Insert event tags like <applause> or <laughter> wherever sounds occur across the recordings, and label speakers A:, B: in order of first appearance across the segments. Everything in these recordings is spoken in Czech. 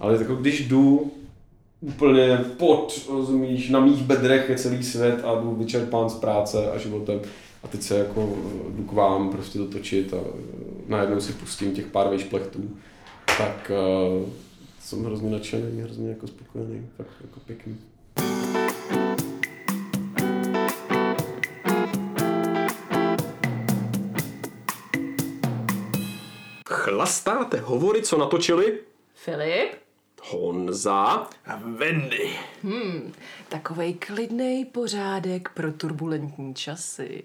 A: Ale jako když jdu úplně pod, rozumíš, na mých bedrech je celý svět a jdu vyčerpán z práce a životem a teď se jako eh, jdu k vám prostě dotočit a eh, najednou si pustím těch pár vejšplechtů, tak eh, jsem hrozně nadšený, hrozně jako spokojený, tak jako pěkný.
B: Chlastáte hovory, co natočili?
C: Filip?
B: Honza.
D: A Wendy.
C: Hmm, Takovej klidnej pořádek pro turbulentní časy.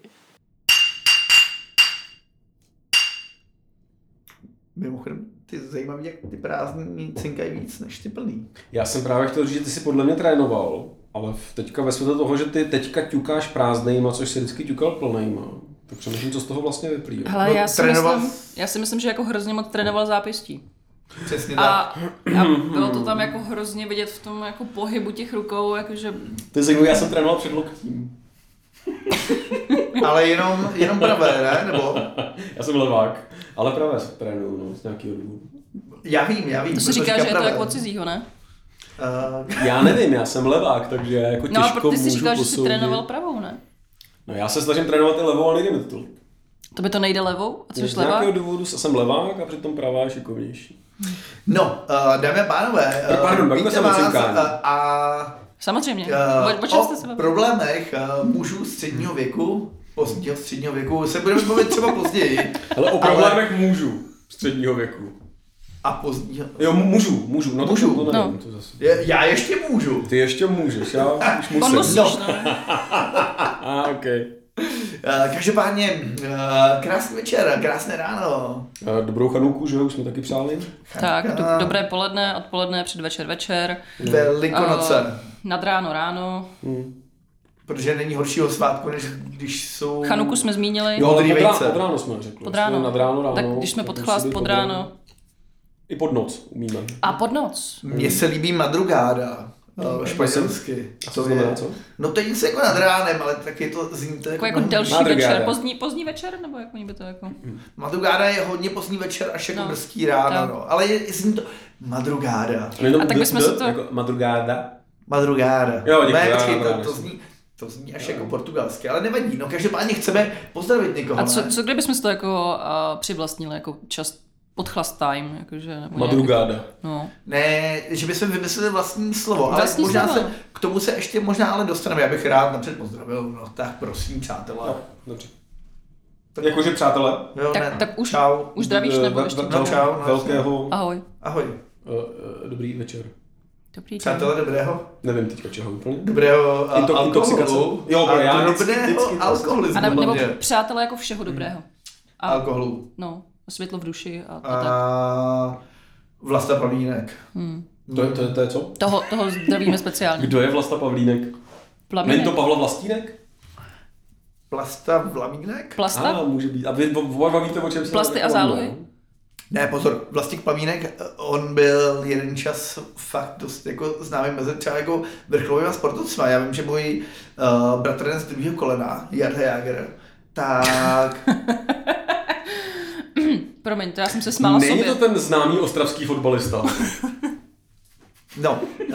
D: Mimochodem, ty zajímavý, jak ty prázdný cinkají víc než ty plný.
A: Já jsem právě chtěl říct, že ty jsi podle mě trénoval, ale v- teďka ve světle toho, že ty teďka ťukáš prázdnejma, což si vždycky ťukal plnejma, tak přemýšlím, co z toho vlastně vyplývá.
E: Hele,
D: No,
E: já, si
D: trénoval-
E: myslím, já si myslím, že jako hrozně moc trénoval zápěstí.
D: Přesně
E: A,
D: tak. <clears throat>
E: a bylo to tam jako hrozně vidět v tom jako pohybu těch rukou, jakože
A: To je zajímavé, já jsem trénoval před loktím.
D: Ale jenom, jenom pravé, ne? Nebo
A: Já jsem levák, ale právě se trénuju, no, z nějakého důvodu.
D: já vím, já vím.
E: to se
D: proto
E: říká, že je to
D: pravé.
E: jako od cizího, ne?
D: Eh,
A: Já nevím, já jsem levák, takže já jako
E: No
A: těžko
E: a proto ty jsi
A: můžu
E: říkal, že jsi
A: posoudit.
E: trénoval pravou, ne?
A: No já se snažím trénovat i levou, ale nejde mi to tolik.
E: To by to nejde levou? A což
A: Z
E: levá?
A: nějakého důvodu jsem levák a přitom pravá je šikovnější.
D: No, eh, dámy a pánové, eh,
A: Pardon, bavíme
D: víte
A: se o
D: vás,
A: cinkání.
D: eh, A
E: Samozřejmě.
D: Eh,
E: O- O čem jste se
D: o
E: bavili?
D: problémech eh, mužů středního věku, pozdního středního věku, se budeme bavit třeba později.
A: Ale o
D: Ale-
A: problémech můžu středního věku.
D: A pozdního...
A: Jo, mu- můžu, můžu, no to-
D: Můžu,
A: to, nevím,
E: no.
A: to zase.
D: Je- Já ještě můžu.
A: Ty ještě můžeš, já už
E: On
A: musím.
E: musíš,
D: No. <laughs>
E: no.
A: A, ok.
D: Eh, Každopádně, eh, krásný večer, krásné ráno.
A: A dobrou chanuku, že jo, už jsme taky přáli.
E: Tak, do,
D: Eh,
E: dobré poledne, odpoledne, předvečer, večer,
D: Jako
E: Eh,
D: Velikonoce.
E: nad ráno, ráno.
D: Protože není horšího svátku, než když jsou...
E: Chanuku jsme zmínili,
D: Jo,
A: ale
D: modrý
A: pod, rá,
D: vejce.
A: pod ráno jsme řekli.
E: pod
A: Jsme
E: ráno.
A: Nad ráno, ráno.
E: tak když jsme pod
A: musí
E: chlast,
A: být
E: pod ráno.
A: I pod noc umíme.
E: A pod noc.
D: Mně se líbí madrugáda. eh, Španělsky.
A: Mhm. A co znamená, co?
D: No to je něco jako nad ránem, ale taky to zní to
E: Jako, jako
D: mnohem-
E: delší
A: Madrugáda.
E: večer, pozdní, pozdní večer, nebo jak oni by to jako...
D: Madrugáda je hodně pozdní večer až jako
E: No.
D: brzký ráno,
E: Tak.
D: no. Ale je, je zní to... Madrugáda.
A: A, jenom
E: A tak
A: d-
E: bychom
A: d-
E: se to-
A: Jako madrugáda.
D: Madrugáda.
A: Jo, děkuji,
D: Ne,
A: já
D: počkej,
A: mám rád,
D: to, to, zní, to zní až jako portugalsky, ale nevadí. No každopádně chceme pozdravit někoho,
E: A co,
D: ne?
E: co kdybychom si to jako uh, přivlastnili, jako čas pod chlast time, jakože... Nebo nějak-
A: Madrugáda.
E: No.
D: Ne, že bychom vymysleli vlastní slovo, ale
E: Vlastní
D: možná
E: slovo.
D: se, k tomu se ještě možná ale dostaneme. Já bych rád napřed pozdravil, no tak prosím,
A: No.
D: přátelé.
A: Dobře. Jakože přátelé, eh,
D: Jo,
E: Tak-
D: ne, no.
E: tak už-
D: Čau.
E: Už zdravíš, nebo
A: ve-
E: ještě?
A: ve-
D: No, čau, no,
A: velkého,
E: Ahoj.
D: Ahoj.
A: eh, eh, dobrý večer.
E: Dobrý den.
D: Přátelé dobrého,
A: Nevím teďka čeho úplně.
D: dobrého a,
A: I to- intoxikace.
D: alkoholu.
A: Jo,
D: a
A: já vždycky-
D: dobrého
A: vždycky to-
D: alkoholismu.
E: A ne, nebo
D: hlavně.
E: přátelé jako
A: Hmm.
E: všeho dobrého. A,
D: Alkoholu.
E: no, světlo v duši a, a tak.
D: A Vlasta Pavlínek.
A: To, je- to, je- to je co?
E: Toho, toho zdravíme speciálně.
A: Kdo je Vlasta Pavlínek? Není
E: Plamínek.
A: to Pavla Vlastínek?
D: Vlasta Vlamínek?
E: Plasta?
A: A, může být. A vy oba dva víte, o čem se
E: Plasty a zálohy?
D: Ne, pozor, Vlastík Pamínek, eh, on byl jeden čas fakt dost jako známý mezi třeba jako vrcholovýma sportovcima. Já vím, že můj uh, bratranec z druhého kolena, Jarda Jager,
E: <laughs>
D: tak
E: Promiň, to já jsem se smála
A: Není
E: sobě.
A: to ten známý ostravský fotbalista.
D: no, uh,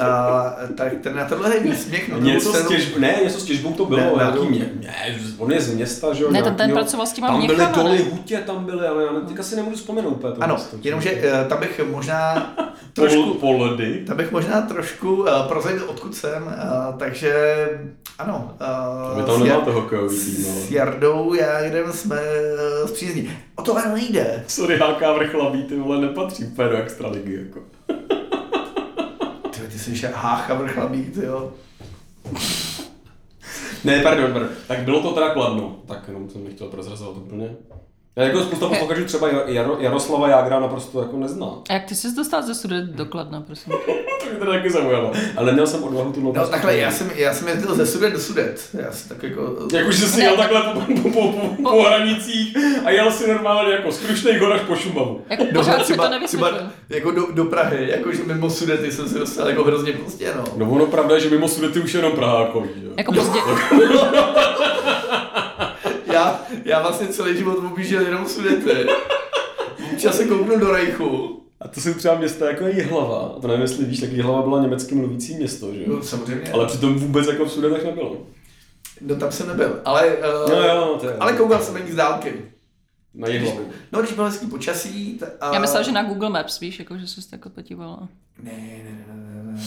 D: tak ten na tenhle výsměch. No,
A: něco
D: to-
A: s těžb... Ne, něco s těžbou to
D: Ne,
A: bylo. jako- Ne,
D: ne,
A: nějaký
D: to-
A: mě... ne, on je z města, že jo?
E: Ne, ten- ten
A: nějakýho-
E: pracoval s těma
A: Tam byly
E: měchama, ne?
A: doly, hutě tam byly, ale já ne- teďka si nemůžu vzpomenout úplně to
D: Ano,
A: město.
D: jenomže eh, tam bych možná
A: Pol,
D: trošku,
A: poledy.
D: tam bych možná trošku uh, prozradil, odkud jsem, uh, takže ano. eh,
A: Vy tam
D: s Jar-
A: nemáte hokejový tým, no.
D: S
A: ale...
D: Jardou Jagrem jsme eh, zpřízní. O to ale nejde.
A: Sorry, háká vrchlabí, ty vole, nepatří úplně do extraligy, jako.
D: Ty, ty jsi že- hácha vrchlabí, ty jo.
A: Ne, pardon, pardon. Tak bylo to teda kladno. Tak jenom jsem nechtěl prozrazovat úplně. Já jako
E: Eh.
A: spousta posluchačů třeba Jaro, Jaroslava Jágra naprosto jako nezná.
E: A jak ty jsi dostal ze studia do Kladna,
A: <laughs>
E: prosím?
A: To mě teda taky zaujalo. Ale neměl jsem odvahu tu
D: No takhle, já jsem, já jsem jezdil ze Sudet do Sudet. Já jsem tak jako...
A: Jak už jsi jel takhle po, po, po, po, po hranicích a jel si normálně jako z Krušnej hor až po Šumavu.
E: Jako pořád si to
D: třeba
E: nevysvětlil.
D: jako do, do Prahy, jakože mimo Sudety jsem se dostal jako hrozně pozdě, no.
A: No ono pravda je, že mimo Sudety už jenom Prahákový, že? jo?
E: Jako pozdě,
A: <laughs>
D: Já, já vlastně celý život objížděl jenom Sudety. Občas se kouknu do Rejchu.
A: A to jsou třeba města jako je Jihlava. To nevím, jestli víš, tak Jihlava byla německy mluvící město, že jo?
D: No, samozřejmě.
A: Ale přitom vůbec jako v Sudetech nebylo.
D: No tam jsem nebyl, ale, uh,
A: No jo, to je-
D: ale koukal jsem na ní z dálky.
A: Na Jihlavu.
D: No když bylo hezký počasí... T- a...
F: Já myslela, že na Google Maps, víš, jako, že jsi takhle podívala.
D: Ne, ne, ne, ne, ne, ne.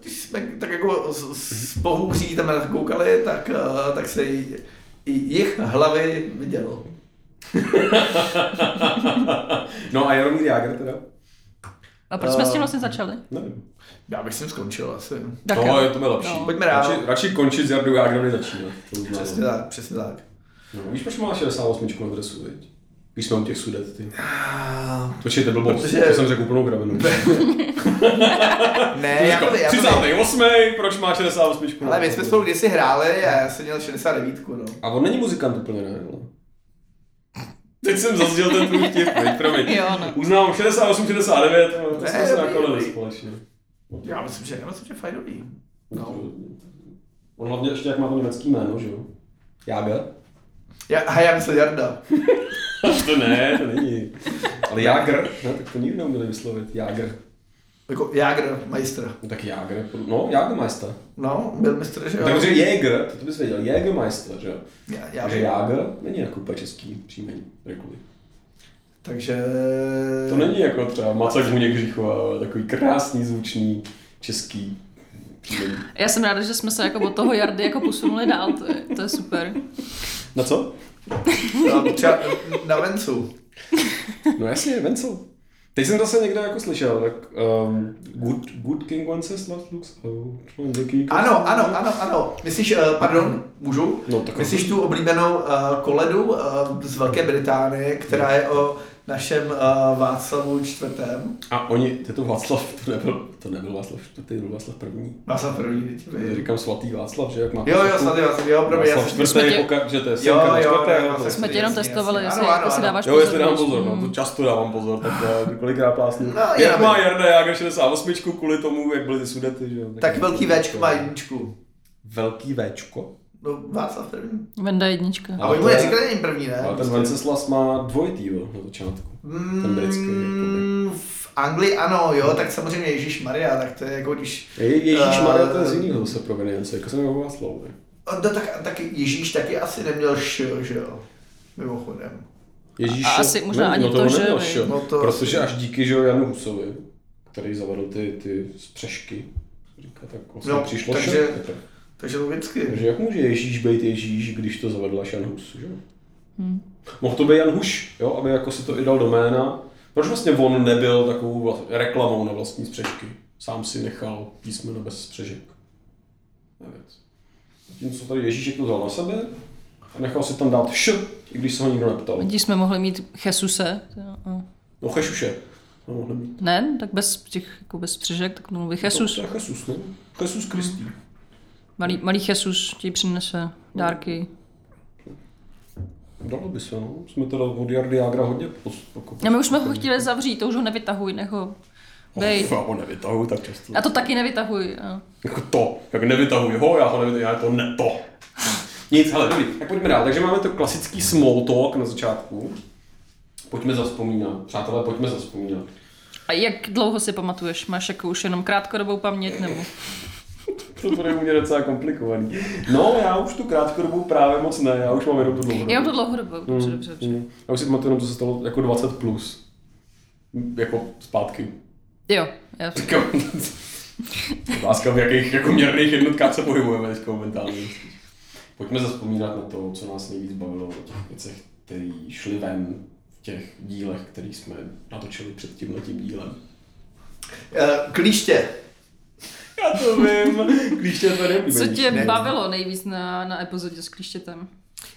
D: Když jsme tak jako z, z pohůří tam na to koukali, tak, eh, tak se jí, i jich hlavy vidělo.
A: No a Jaromír Jágr teda?
F: A proč jsme s
D: Eh,
F: tím vlastně začali?
A: Nevím.
D: Já bych s tím skončil asi.
F: Tak
A: no,
F: jo.
A: je to mi lepší.
F: No.
D: Pojďme dál.
A: Radši, radši končit s Jardou Jágrem, než začínat. To uznávám.
D: Přesně tak, přesně tak.
A: No, víš, proč má 68 na dresu, viď? Když jsme u těch sudet, ty.
D: A,
A: Počkej, to byl blbost,
D: Ah. Protože-
A: to jsem řekl úplnou kravinu.
D: ne, já to, já to ne.
A: 38, Jako proč má 68?
D: Ale my jsme spolu kdysi hráli a já jsem měl 69, no.
A: A on není muzikant úplně, ne? ale- Teď jsem zazděl ten tvůj
D: <laughs>
A: vtip, ne? Promiň.
F: Jo, no.
A: Uznám 68, 69, ale to jsme
D: Ne,
A: se
D: dobrý,
A: nakolili
D: dobrý.
A: společně.
D: Já myslím, že, já myslím, že fajnový. No.
A: On hlavně ještě jak má to německý jméno, že jo? Jager?
D: Já, a já myslím Jarda.
A: To ne, to není. Ale Jager, ne, tak to nikdy neuměli vyslovit. Jager.
D: Jako Jágr, majstr.
A: No tak Jager, no Jagermeister.
D: No, byl mistr, že jo.
A: Takže Jäger, to, to bys věděl, Jägermeister, že jo?
D: Já, já,
A: Takže Jager není jako úplně český příjmení, řekli.
D: takže...
A: To není jako třeba Macek Huněk Žichova, ale takový krásný, zvučný, český příjmení.
F: Já jsem ráda, že jsme se jako od toho Jardy jako posunuli dál, to je, to je super.
A: Na co?
D: No, třeba na vencu.
A: No jasně, Vencel. Teď jsem zase někde jako slyšel, tak um, good, good King Wenceslas looks out. the king-
D: Ano, ano, ano, ano. Myslíš, eh, pardon, můžu?
A: No, tak-
D: Myslíš tu oblíbenou eh, koledu eh, z Velké Británie, která je o našem eh, Václavu čtvrtém.
A: A oni, ty to Václav, to nebyl, to nebyl Václav čtvrtý, byl Václav první.
D: Václav první.
A: Já
D: děti.
A: Říkám svatý Václav, že jak má
D: Jo, jo, snad jo, snad jo, promiň, já
A: Václav
D: jsem
A: čtvrtý,
F: jsme tě-
A: poka- že to je
D: Jo,
A: synka
D: jo,
A: čtvrtého,
D: jo,
A: to-
D: Václav
F: Jsme tě jenom
D: Jasně,
F: testovali,
D: jasně.
F: jestli
D: Ano,
F: jako
D: ano,
F: si
D: ano.
F: dáváš
A: Jo, jestli dám
F: pozornost.
A: pozor, no, to často dávám pozor, tak já kolikrát plásnu.
D: No,
A: No,
D: já
A: jak má
D: vím.
A: Jarda Jágr 68 kvůli tomu, jak byly ty sudety, že jo?
D: Tak velký Včko má jedničku.
A: Velký Včko?
D: No, Václav první.
F: Venda jednička.
D: A
A: Ale
D: oni
A: to
D: mu
A: je-
D: neříkali ani první, ne?
A: Ale ten Venceslas má dvojitý, jo, na začátku. Ten britský, jakoby.
D: Mm, v Anglii ano, jo, tak samozřejmě Ježíš Maria, tak to je jako když...
A: Je, Ježíš
D: Eh,
A: Maria, to je z jiného se provenience, jako jsem jeho Václav, ne?
D: No, tak, tak Ježíš taky asi neměl š, že jo, mimochodem.
A: Ježíš,
F: A asi
A: jo,
F: možná
A: ne,
F: ani
A: no
F: to,
A: on
F: že
A: neměl,
F: vy-
A: jo,
D: No to
A: protože
D: asi-
A: až díky, že jo, Janu Husovi, který zavedl ty, ty spřešky, říká tak, vlastně
D: No,
A: přišlo
D: takže-
A: šest, jako.
D: Takže logicky.
A: Takže jak může Ježíš být Ježíš, když to zavedl až Jan Hus, že? Hmm. Mohl to být Jan Huš, jo, aby jako si to i dal do jména. Proč vlastně on nebyl takovou vla- reklamou na vlastní spřežky? Sám si nechal písmeno bez spřežek. Nevěc. Zatímco tady Ježíšek to vzal na sebe a nechal si tam dát š, i když se ho nikdo neptal.
F: Když jsme mohli mít Jesuse, to jo, jo.
A: No chešuše. No, mohli být.
F: ne, tak bez těch, jako bez přežek, tak mluví
A: To
F: Jesus.
A: je Jesus, ne? Jesus Kristý.
F: Malý, malý Jesus ti přinese dárky.
A: Dalo by se, no. Jsme teda od Jardy Jágra hodně pos, jako,
F: A No, my už jsme ho chtěli zavřít, to už ho nevytahuj, nech ho
A: <laughs>
F: bej.
A: Já ho nevytahuji tak často.
F: A to taky nevytahuj. jo.
A: Jako to, jak nevytahuj ho, já ho nevytahuji, já to ne to. Nic, hele, dobrý, tak pojďme dál. Takže máme to klasický small talk na začátku. Pojďme zaspomínat, přátelé, pojďme zaspomínat.
F: A jak dlouho si pamatuješ? Máš jako už jenom krátkodobou paměť nebo?
A: To bude u mě docela komplikovaný. No, já už tu krátkodobou právě moc ne, já už mám jenom tu dlouhodobou.
F: Já mám to dlouhodobou, dobře, dobře, dobře.
A: Mm. Já už si pamatuju jenom, co se stalo jako 20 plus. Jako zpátky.
F: Jo, já
A: Tak jo. Otázka, v jakých jako měrných jednotkách se pohybujeme teď momentálně. Pojďme zaspomínat na to, co nás nejvíc bavilo o těch věcech, které šly ven v těch dílech, které jsme natočili před tímhle tím dílem.
D: Eh, Klíště.
A: Já to vím, klíště to neoblíbený.
F: Co tě bavilo nejvíc na, na epizodě s klíštětem?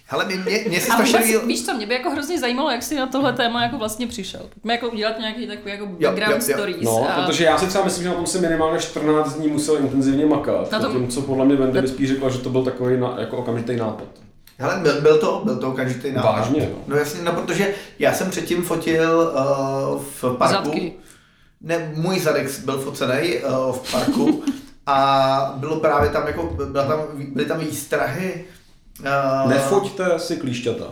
D: Hele, mě, mě, mě se
F: A
D: strašně líbilo-
F: vůbec, víš co, mě by jako hrozně zajímalo, jak jsi na tohle téma jako vlastně přišel. Pojďme jako udělat nějaký takový jako background
D: jo, jo.
F: stories.
A: No,
F: a...
A: protože já si třeba myslím, že na tom se minimálně 14 dní musel intenzivně makat.
F: Na
A: Na
F: tom-
A: tom... Tím, co podle mě Wendy by spíš řekla, že to byl takový na, jako okamžitý nápad.
D: Hele, byl, byl to, byl to okamžitý nápad.
A: Vážně, jo.
D: No jasně, no protože já jsem předtím fotil uh, v parku.
F: Zadky.
D: Ne, můj zadek byl focený uh,
E: <laughs>
D: v parku a bylo právě tam jako, byla tam, byly tam výstrahy. Uh,
A: Nefoďte si klíšťata.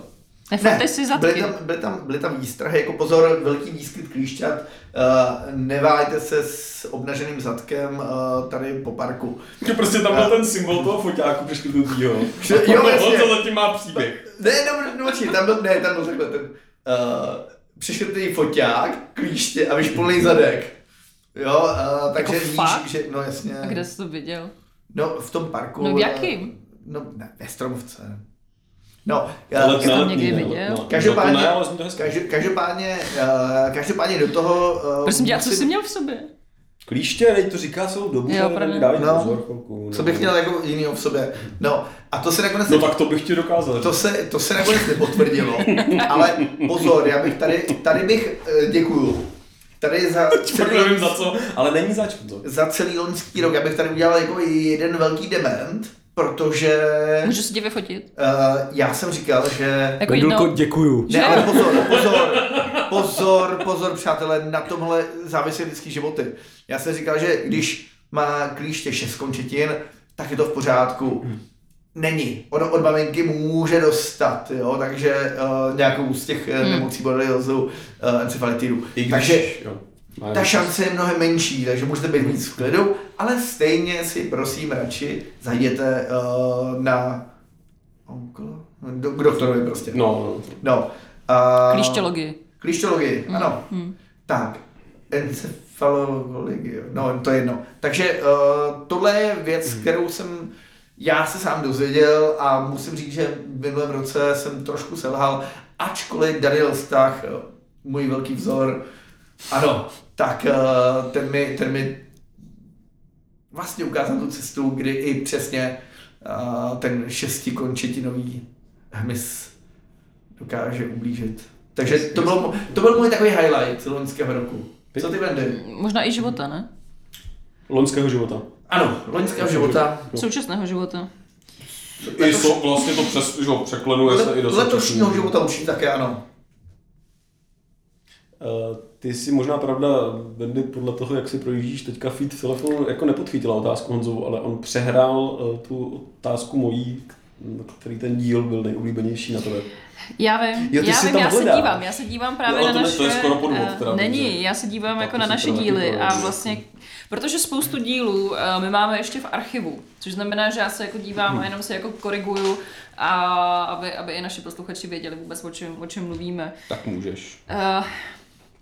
E: Nefrte si zadky.
D: byly tam, byly tam, byly tam výstrahy, jako pozor, velký výskyt klíšťat, uh, nevájte se s obnaženým zadkem uh, tady po parku.
A: Že prostě tam byl ten symbol toho foťáku přeškrtnutýho.
D: Že- jo,
A: on
D: jasně.
A: to zatím má příběh.
D: Ne, no, no, počkej, tam byl, ne, tam byl takhle ten, uh, přiškrtej foťák, klíště a vyšplný zadek. Jo, uh, takže
E: Jako
D: víš,
E: fakt?
D: že, no jasně.
E: A kde jsi to viděl?
D: No, v tom parku.
E: No v
D: eh,
E: jakým?
D: No, ne, ve Stromovce. No,
A: Ale
D: eh,
A: na
E: tam
A: letní,
E: někdy
A: no,
E: viděl?
A: no, no,
D: Každopádně-
A: to ne, ale jsem to hezky.
D: Každě, každopádně, eh, každopádně do toho... eh,
E: Prosím tě, a co
D: musím-
E: jsi měl v sobě?
A: Klíště, teď to říká celou dobu,
E: Jo,
A: ale
E: pravda.
A: dávej
D: No.
A: pozor chvilku.
D: Co bych měl jako jinýho v sobě. No, a to se nakonec...
A: No tak to bych ti dokázal.
D: To se, to se nakonec nepotvrdilo, ale pozor, já bych tady, tady bych, eh, děkuju,
A: <laughs>
D: tady za
A: Fakt nevím
D: celý,
A: za co, ale není zač to.
E: Jako
D: za celý loňský rok, já bych tady udělal jako jeden velký dement, protože
E: Můžu se tě vyfotit?
D: uh, já jsem říkal, že...
E: Jako jednou.
A: děkuju.
D: Ne,
E: Že?
D: ale pozor, pozor, pozor, pozor, přátelé, na tomhle závisí lidský životy. Já jsem říkal, že když má klíště šest končetin, tak je to v pořádku. Není. Ono od maminky může dostat, jo, takže uh, nějakou z těch hmm. nemocí boreliozu, uh, encefalitidu.
A: I když,
D: Takže
A: jo.
D: ta šance je mnohem menší, takže můžete být víc v klidu, ale stejně si prosím radši zajděte uh, na onkolo, No, do, k doktorovi prostě.
A: No, no.
D: No. A...
E: Klíšťologii.
D: Klištologii, mm. ano. Mm. Tak, encefalologii, no to je jedno. Takže uh, tohle je věc, mm. kterou jsem já se sám dozvěděl a musím říct, že v minulém roce jsem trošku selhal, ačkoliv Daniel Stach, eh, můj velký vzor, ano, tak eh, ten mi, ten mi vlastně ukázal tu cestu, kdy i přesně eh, ten šestikončetinový hmyz dokáže ublížit. Takže to, bylo, to byl můj takový highlight loňského roku. Co ty, Bendy?
E: Možná i života, ne?
A: Loňského života.
D: Ano, loňského života.
A: No.
E: Současného života.
A: I so, vlastně to přes, že jo, překlenuje se i do
D: Letošního
A: současného.
D: života určitě také ano.
A: Eh, ty si možná pravda, Bendy, podle toho, jak si projíždíš teďka feed v telefonu, jako nepodchytila otázku Honzovu, ale on přehrál eh, tu otázku mojí, k- který ten díl byl nejoblíbenější na tebe.
E: Já vím,
A: Jo, ty
E: já
A: jsi
E: vím,
A: tam
E: já se
A: hledá.
E: dívám, já se dívám právě
A: Jo, ale
E: na
A: to ne-
E: naše...
A: to je skoro podvod,
E: eh,
A: teda, protože-
E: Není, já se dívám
A: Tak
E: jako
A: to
E: na
A: si
E: naše
A: teda taky
E: díly
A: projdeš.
E: a vlastně, protože spoustu dílů eh, my máme ještě v archivu, což znamená, že já se jako dívám
A: Hm.
E: a jenom se jako koriguju, a aby, aby i naši posluchači věděli vůbec, o čem, o čem mluvíme.
A: Tak můžeš.
E: Uh,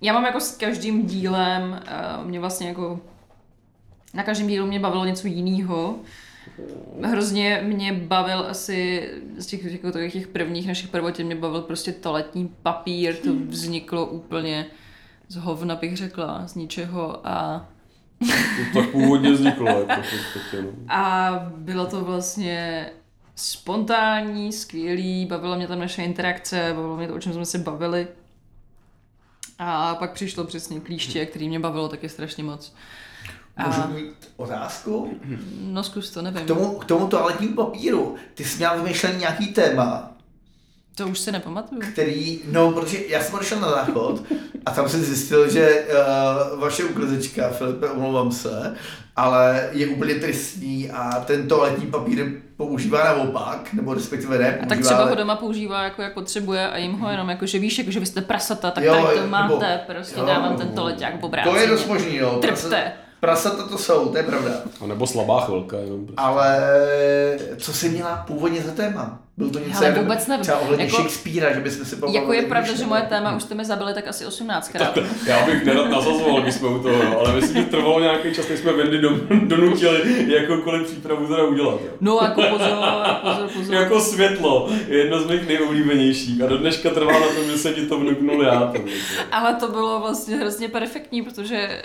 E: já mám jako s každým dílem, uh, mě vlastně jako na každém dílu mě bavilo něco jiného. Hrozně mě bavil asi z těch, jako takových těch prvních našich prvotin, mě bavil prostě toaletní papír, to vzniklo úplně z hovna bych řekla, z ničeho a,
A: To tak původně vzniklo. Jako, v podstatě, no.
E: a bylo to vlastně spontánní, skvělý, bavila mě tam naše interakce, bavilo mě to, o čem jsme se bavili. A pak přišlo přesně klíště, který mě bavilo taky strašně moc.
D: Můžu
E: A,
D: mít otázku?
E: no zkus to, nevím.
D: K tomu, k tomu toaletnímu papíru, ty jsi měl vymyšlený nějaký téma,
E: To už se nepamatuju.
D: který, no, protože já jsem odešel na záchod a tam jsem zjistil, že uh, vaše uklizečka, Filipe, omlouvám se, ale je úplně tristní a ten toaletní papír používá naopak, nebo respektive ne,
E: A
D: používá,
E: tak třeba
D: ale-
E: ho doma používá jako jak potřebuje a jim ho jenom jako, že víš, jako, že vy jste prasata, tak
D: Mhm. Jo,
E: tady to
D: nebo-
E: máte, prostě
D: jo.
E: dávám tento leták po
D: To je dost možný, jo.
E: Trpte.
D: Prasata to jsou, to je pravda.
A: A nebo slabá chvilka. Jenom prostě.
D: Ale co jsi měla původně za téma? Byl to něco
E: Hele,
D: jak-
E: vůbec nevím.
D: třeba ohledně
E: Jako-
D: jako, Shakespearea, že bychom se pobavili.
E: Jako je
D: když
E: pravda,
D: ne.
E: že moje téma už jste mi zabili tak asi 18krát.
A: Já bych nerad nasazoval, když jsme u toho, jo, ale myslím, že trvalo nějaký čas, než jsme Wendy dom- donutili jakoukoliv přípravu teda udělat. Jo.
E: No jako pozor, pozor, pozor.
A: Jako světlo je jedno z mých nejoblíbenějších a do dneška trvá na tom, že se ti to vnuknul já. To,
E: Ale to bylo vlastně hrozně perfektní, protože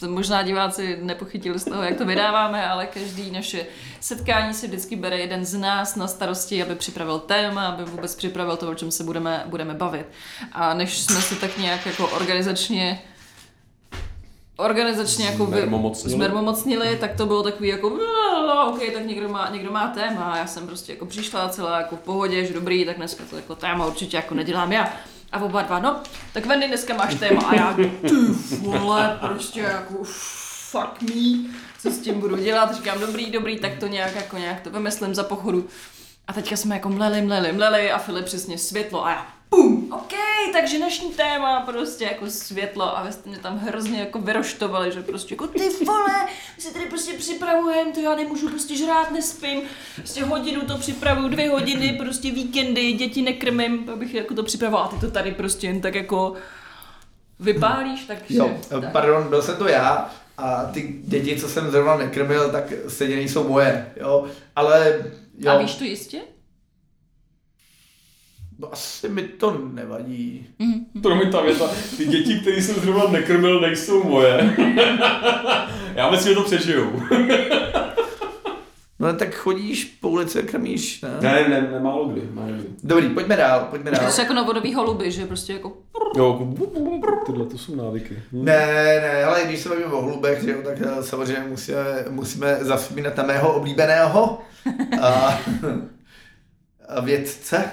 E: uh, možná diváci nepochytili z toho, jak to vydáváme, ale každý naše setkání si vždycky bere jeden z nás na starosti, aby připravil téma, aby vůbec připravil to, o čem se budeme, budeme bavit. A než jsme se tak nějak jako organizačně organizačně jako vy-
A: Zmermomocnili.
E: zmermomocnili, tak to bylo takový jako ok, tak někdo má, někdo má téma a já jsem prostě jako přišla celá jako v pohodě, že dobrý, tak dneska to jako téma určitě jako nedělám já. A oba dva, no, tak Wendy, dneska máš téma a já, ty vole, prostě jako fuck me, co s tím budu dělat, říkám dobrý, dobrý, tak to nějak jako nějak to vymyslím za pochodu.
F: A teďka jsme jako mleli, mleli, mleli a Filip přesně světlo a já pum, OK, takže dnešní téma prostě jako světlo a vy jste mě tam hrozně jako vyroštovali, že prostě jako ty vole, my se tady prostě připravujeme, to já nemůžu prostě žrát, nespím, prostě hodinu to připravuju, dvě hodiny, prostě víkendy, děti nekrmím, abych jako to připravovala a ty to tady prostě jen tak jako vypálíš, takže...
D: Jo,
E: <laughs>
A: eh,
F: tak.
D: pardon, byl jsem to já a ty děti, co jsem zrovna nekrmil, tak stejně nejsou moje, jo. Ale jo,
F: A víš to jistě?
D: no, asi mi to nevadí.
A: Promiň, ta věta, ty děti, které jsem zrovna nekrmil, nejsou moje. Já myslím, že to přežiju.
D: No tak chodíš po ulici a krmíš, ne?
A: Ne, ne, ne, málo kdy, málo kdy.
D: Dobrý, pojďme dál, pojďme
F: To
E: <laughs>
D: dál.
F: jsou jako novodobý holuby, že prostě jako...
A: Jo, jako Hm? bu- bu- bu- bu- tyhle to jsou návyky.
D: Ne, ne, ale když se bavíme o hlubech, že jo, tak eh, samozřejmě musíme, musíme zaspomínat na mého oblíbeného a, a vědce,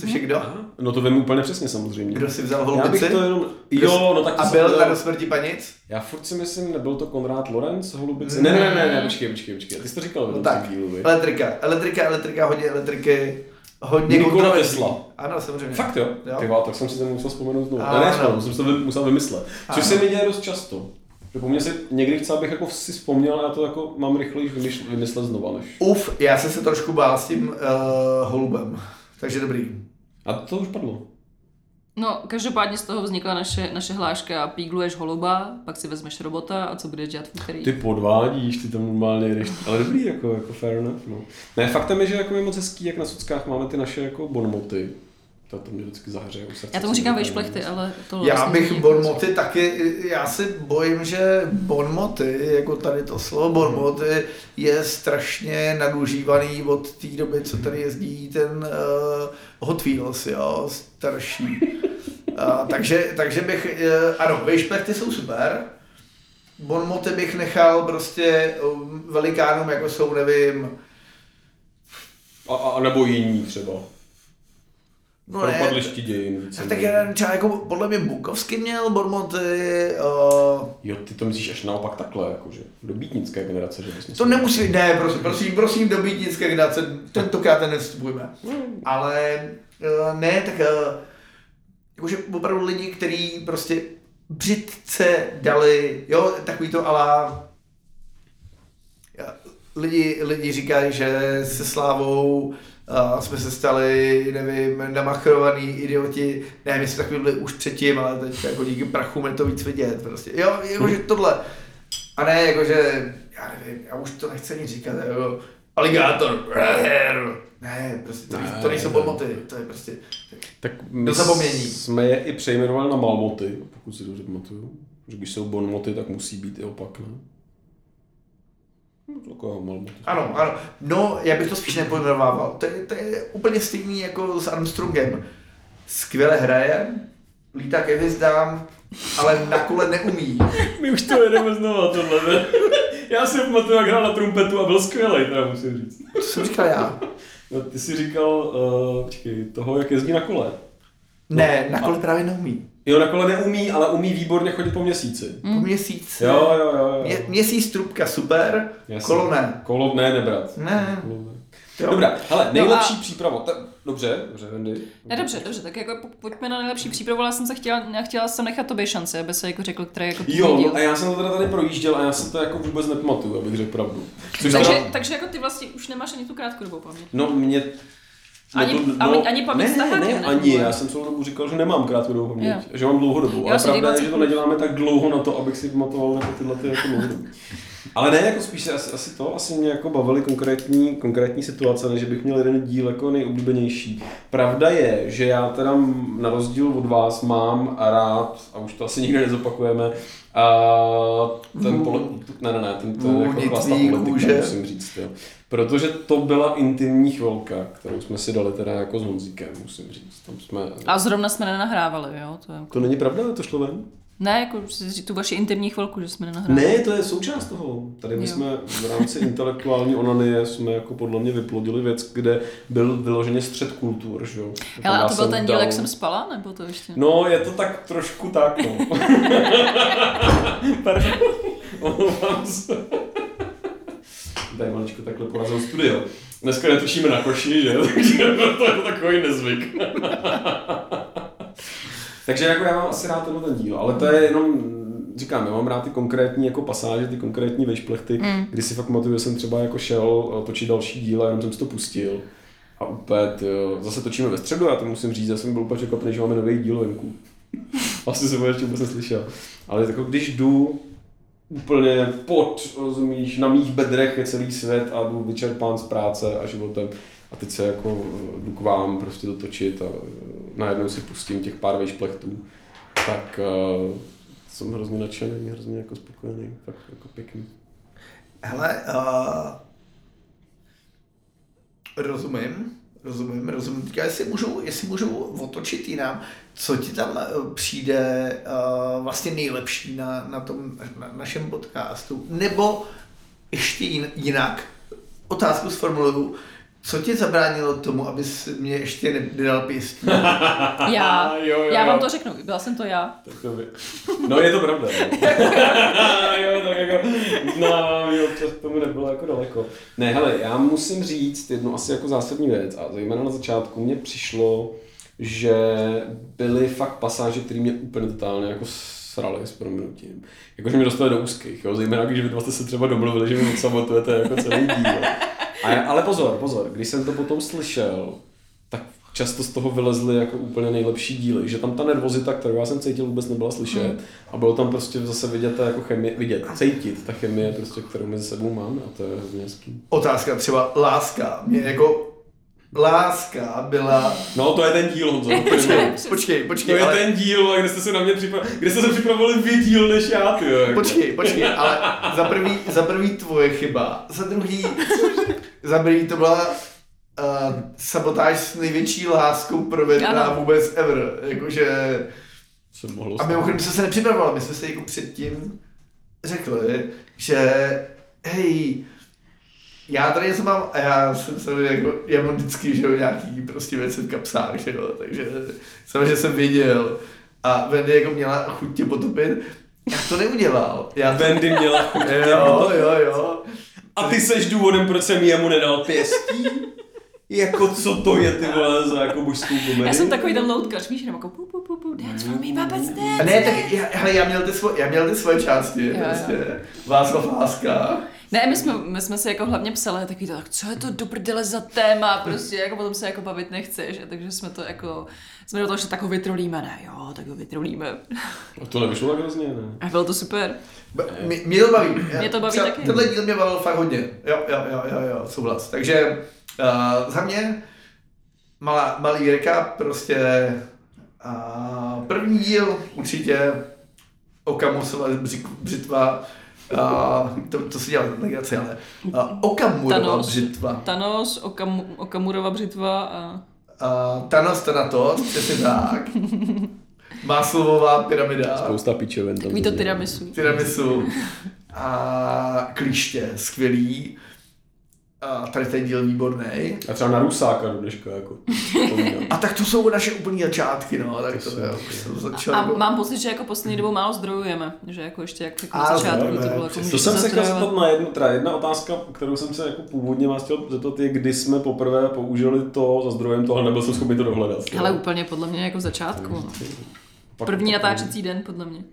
D: což je kdo?
A: No to vím úplně přesně samozřejmě.
D: Kdo si vzal
A: Já bych
D: holubici?
A: to jenom... Jo, no tak to
D: a
A: jsem
D: byl
A: to-
D: na dosmrti panic?
A: Já furt si myslím, nebyl to Konrád Lorenz Holubice? Ne, ne, ne, ne, počkej, počkej, počkej. Ty jsi to říkal
D: No
A: v
D: tak,
A: tak. dílu, vy.
D: elektrika, elektrika, elektrika, hodně elektriky, hodně
A: Nikola
D: kontroverzí.
A: Tesla.
D: Ano, samozřejmě.
A: Fakt jo?
D: Jo.
A: jo? Ty vole, tak jsem si to musel vzpomenout znovu.
D: Ano.
A: Ne, ne, vzpomenout, jsem si to vy- musel vymyslet. Což
D: Ano.
A: se mi děje dost často. Že po mně si někdy chce, abych jako si vzpomněl, ale já to jako mám rychleji vymysl- vymyslet znova než.
D: Uf, já jsem se trošku bál s tím uh, holubem. Takže dobrý.
A: A to už padlo.
F: No, každopádně z toho vznikla naše, naše hláška pígluješ holuba, pak si vezmeš robota a co budeš dělat v úterý.
A: Ty podvádíš, ty tam normálně jdeš. Ale dobrý, jako, jako fair enough. No. Ne, faktem je, že jako je moc hezký, jak na Suckách máme ty naše jako bonmoty. To, to mě vždycky zahřeje u srdce.
F: Já tomu říkám vejšplechty, ale to vlastně
D: Já bych
F: není-
D: bonmoty taky, já si bojím, že bonmoty, jako tady to slovo bonmoty, je strašně nadužívaný od té doby, co tady jezdí ten uh, Hot Wheels, jo, starší. uh, takže, takže bych, uh, ano, vejšplechty jsou super, bonmoty bych nechal prostě um, velikánům, jako jsou, nevím,
A: A, a, a nebo jiní třeba.
D: no ne,
A: Propadlišti dějin.
D: tak,
A: víceméně.
D: tak já nevím, třeba jako podle mě Bukovsky měl bonmoty, uh,
A: Jo, ty to myslíš až naopak takhle, jako, jakože dobítnické generace, že bys
D: To nemusí, ne, prosím, prosím, prosím, do Bítnické generace, tentokrát nevstupujme. Ale eh, ne, tak eh, jakože opravdu lidi, kteří prostě břitce dali, jo, takový to ala lidi, lidi říkají, že se Slávou uh, jsme se stali, nevím, namachrovaný idioti. Ne, my jsme takový byli už předtím, ale teď jako díky prachu je to víc vidět. Prostě. Jo, jakože tohle. A ne, jakože, já nevím, já už to nechci ani říkat, jo. Aligátor. Ne, prostě to, ne, to nejsou pomoty, to je prostě...
A: Tak my
D: Do zapomnění.
A: jsme je i přejmenovali na Malmoty, pokud si dobře pamatuju. Že když jsou bonmoty, tak musí být i opak, ne? No, takového Malmoty.
D: Ano, ano. No, já bych to spíš nepojmenovával. To je, to je úplně stejný jako s Armstrongem. Skvěle hraje, lítá ke hvězdám, ale na kole neumí.
A: My už to jedeme znovu tohle, ne? Já si pamatuju, jak hrál na trumpetu a byl skvělý, teda musím říct.
D: To jsem říkal já.
A: No, ty jsi říkal, uh, počkej, toho, jak jezdí na kole.
D: Ne, na kole právě neumí.
A: Jo, na kole neumí, ale umí výborně chodit po měsíci.
D: Po měsíc.
A: Jo, jo, jo. jo.
D: Mě, měsíc trubka super,
A: Jasně.
D: kolo ne.
A: Kolo ne, nebrat.
D: Ne.
A: Kolo ne.
D: Jo.
A: Dobrá, hele, nejlepší
F: No
A: no a... příprava. Ta... Dobře, dobře, Vendy.
F: Ne, dobře, dobře, tak jako po- pojďme na nejlepší přípravu, ale já jsem se chtěla, já chtěla jsem nechat tobě šanci, aby se jako řekl, který jako tvůj
A: Jo,
F: díl.
A: no a já jsem to teda tady projížděl a já se to jako vůbec nepamatuju, abych řekl pravdu. Což
F: takže,
A: teda-
F: takže jako ty vlastně už nemáš ani tu krátkodobou paměť.
A: No mě... no
F: Ani- ani- ani paměť
A: ne, ne,
F: stahatelná
A: ne, ani,
F: nebude.
A: já jsem celou dobu říkal, že nemám krátkodobou paměť,
F: Jo.
A: že mám dlouhodobou,
F: Jo,
A: ale
F: si
A: pravda je,
F: 20
A: že to neděláme tak dlouho na to, abych si pamatoval jako tyhle ty jako dlouhodobí. Ale ne, jako spíš se asi, asi to, asi mě jako bavily konkrétní, konkrétní situace, než bych měl jeden díl jako nejoblíbenější. Pravda je, že já teda m- na rozdíl od vás mám rád, a už to asi nikdy nezopakujeme, a ten, pole, ne, ne, ne, ten, ten jako
D: Vůni
A: chlasta
D: tvý
A: politika,
D: kůže.
A: musím musím říct, jo. Protože to byla intimní chvilka, kterou jsme si dali teda jako s Honzíkem, musím říct. Tam jsme...
F: A zrovna jsme nenahrávali, jo? To je...
A: To není pravda, ale to šlo ven?
F: Ne, jako si říct tu vaši interní chvilku, že jsme nenahrávali.
A: Ne, to je součást toho. Tady my
F: Jo.
A: jsme v rámci intelektuální onanie jsme jako podle mě vyplodili věc, kde byl vyloženě střed kultur, že jo.
F: Hele,
A: Já
F: a to byl
A: jsem
F: ten díl, jak
A: dal-
F: jsem spala, nebo to ještě?
A: No, je to tak trošku tak, no. Pardon. Omlouvám se. Tady maličko takhle porazil studio. Dneska netočíme na koši, že? <laughs> Takže to je takový nezvyk. Takže jako já mám asi rád tenhle ten díl, ale to je jenom, říkám, já mám rád ty konkrétní jako pasáže, ty konkrétní vejšplechty, mm. kdy si fakt pamatuju, že jsem třeba jako šel eh, točit další díl a jenom jsem si to pustil. A úplně, tyjo, zase točíme ve středu, já to musím říct, já jsem byl úplně překvapený, že máme nový díl venku. <laughs> Asi jsem ho ještě vůbec neslyšel. Ale jako když jdu úplně pod, rozumíš, na mých bedrech je celý svět a jdu vyčerpán z práce a životem. A teď se jako eh, jdu k vám prostě to točit a eh, najednou si pustím těch pár vejšplechtů. Tak eh, jsem hrozně nadšený, hrozně jako spokojený, tak jako pěkný.
D: Hele, uh, rozumím, rozumím, rozumím. Teďka, jestli můžu, jestli můžu otočit jinam, co ti tam eh, přijde uh, vlastně nejlepší na, na tom na našem podcastu, nebo ještě jin, jinak, otázku sformuluju, co ti zabránilo tomu, abys mě ještě ne- nedal pěstí?
F: Já,
A: Jo, jo,
F: já
A: jo.
F: vám to řeknu, byla jsem to já.
A: Tak to by... No je to pravda. no. <laughs> jo, tak jako uznávám, jo, občas k tomu nebylo jako daleko. Ne, hele, já musím říct jednu asi jako zásadní věc a zejména na začátku mně přišlo, že byly fakt pasáže, které mě úplně totálně jako srali s proměnutím. Jakože mě dostali do úzkých, jo? zejména když vy dva jste se třeba domluvili, že mi odsabotujete jako celý díl. A já, ale pozor, pozor, když jsem to potom slyšel, tak často z toho vylezly jako úplně nejlepší díly, že tam ta nervozita, kterou já jsem cítil, vůbec nebyla slyšet
D: Mhm.
A: a bylo tam prostě zase vidět ta jako chemie, vidět, cítit ta chemie, prostě, kterou mezi sebou máme a to je hrozně hezký.
D: Otázka třeba láska. Mě jako láska byla... No
A: No to je ten díl,
D: <laughs>
A: Honzo,
D: Počkej,
A: to
D: počkej,
A: je
D: ale...
A: ten díl, kde jste se na mě připravili, kde jste se připravovali vy díl než já, ty jo. jako.
D: Počkej, počkej, ale za prvý, za prvý tvoje chyba, za druhý, za prvý to byla uh, sabotáž s největší láskou provedená
F: Ano.
D: vůbec ever, jakože...
A: Se mohlo
D: A
A: stát.
D: mimochodem jsme se nepřipravovali, my jsme si jako předtím řekli, že hej, já tady něco mám a já jsem se jako, já mám vždycky, že jo, nějaký prostě věci v kapsách, že jo, takže samozřejmě jsem věděl. A Wendy jako měla chuť tě potopit, já to neudělal. Já to,
A: Bendy
D: <laughs>
A: měla chuť.
D: jo, jo, jo.
A: A ty seš důvodem, proč jsem jemu nedal pěstí? Jako co to je ty vole za jako božskou komedii?
F: Já jsem takový ten loutkař, víš, jenom jako pu, pu, pu, pu, dance for me, babac,
D: A
F: dance.
D: ne, tak já, hele, já, měl ty svoje, já měl ty svoje části,
F: Jo, jo.
D: prostě. Václav Láska.
F: Ne, my jsme, my jsme se jako hlavně psali takový to, tak co je to do prdele za téma, prostě jako potom se jako bavit nechceš, a takže jsme to jako, jsme do toho šli, tak ho vytrolíme, ne, jo, tak ho vytrolíme.
A: A to nevyšlo tak hrozně, ne?
F: A bylo to super.
D: B- Mě, mě to baví.
F: Mě to baví
D: Třeba
F: taky.
D: Tenhle díl mě bavil fakt hodně. Jo, jo, jo, jo, jo souhlas. Takže uh, za mě malá, malý recap, prostě uh, první díl určitě Okamurova břik- břitva, uh, to, to se dělá legrace, ale uh, Okamurova
F: Thanos.
D: břitva.
F: Thanos, Okam, Okamurova břitva a...
D: Uh, Thanos Thanatos, přesně tak. Máslovová pyramida.
A: Spousta pičevin tam.
F: Takový to
A: bylo.
F: tiramisu.
D: Tiramisu a klíště, skvělý. A tady ten díl výborný.
A: A třeba na Rusáka do dneška, jako.
F: <laughs>
A: vzpomínám.
D: A tak to jsou naše úplný začátky, no, tak to,
A: jsou
D: to já
A: taky.
D: už jsem
F: A
D: začal.
F: mám pocit, že jako poslední dobou málo zdrojujeme, že jako ještě jak tak
D: A
F: na začátku
D: zdrojujeme,
F: to bylo jako
D: přesně.
A: to
F: můžeš
A: jsem se chtěl
F: zazdrojovat.
A: zeptat na jednu, teda jedna otázka, kterou jsem se jako původně vás chtěl zeptat, je kdy jsme poprvé použili to za zdrojem toho, ale nebyl jsem schopný to dohledat.
F: Hele, úplně podle mě jako v začátku. no.
A: Pak-
F: První
A: pak-
F: natáčecí den, podle mě.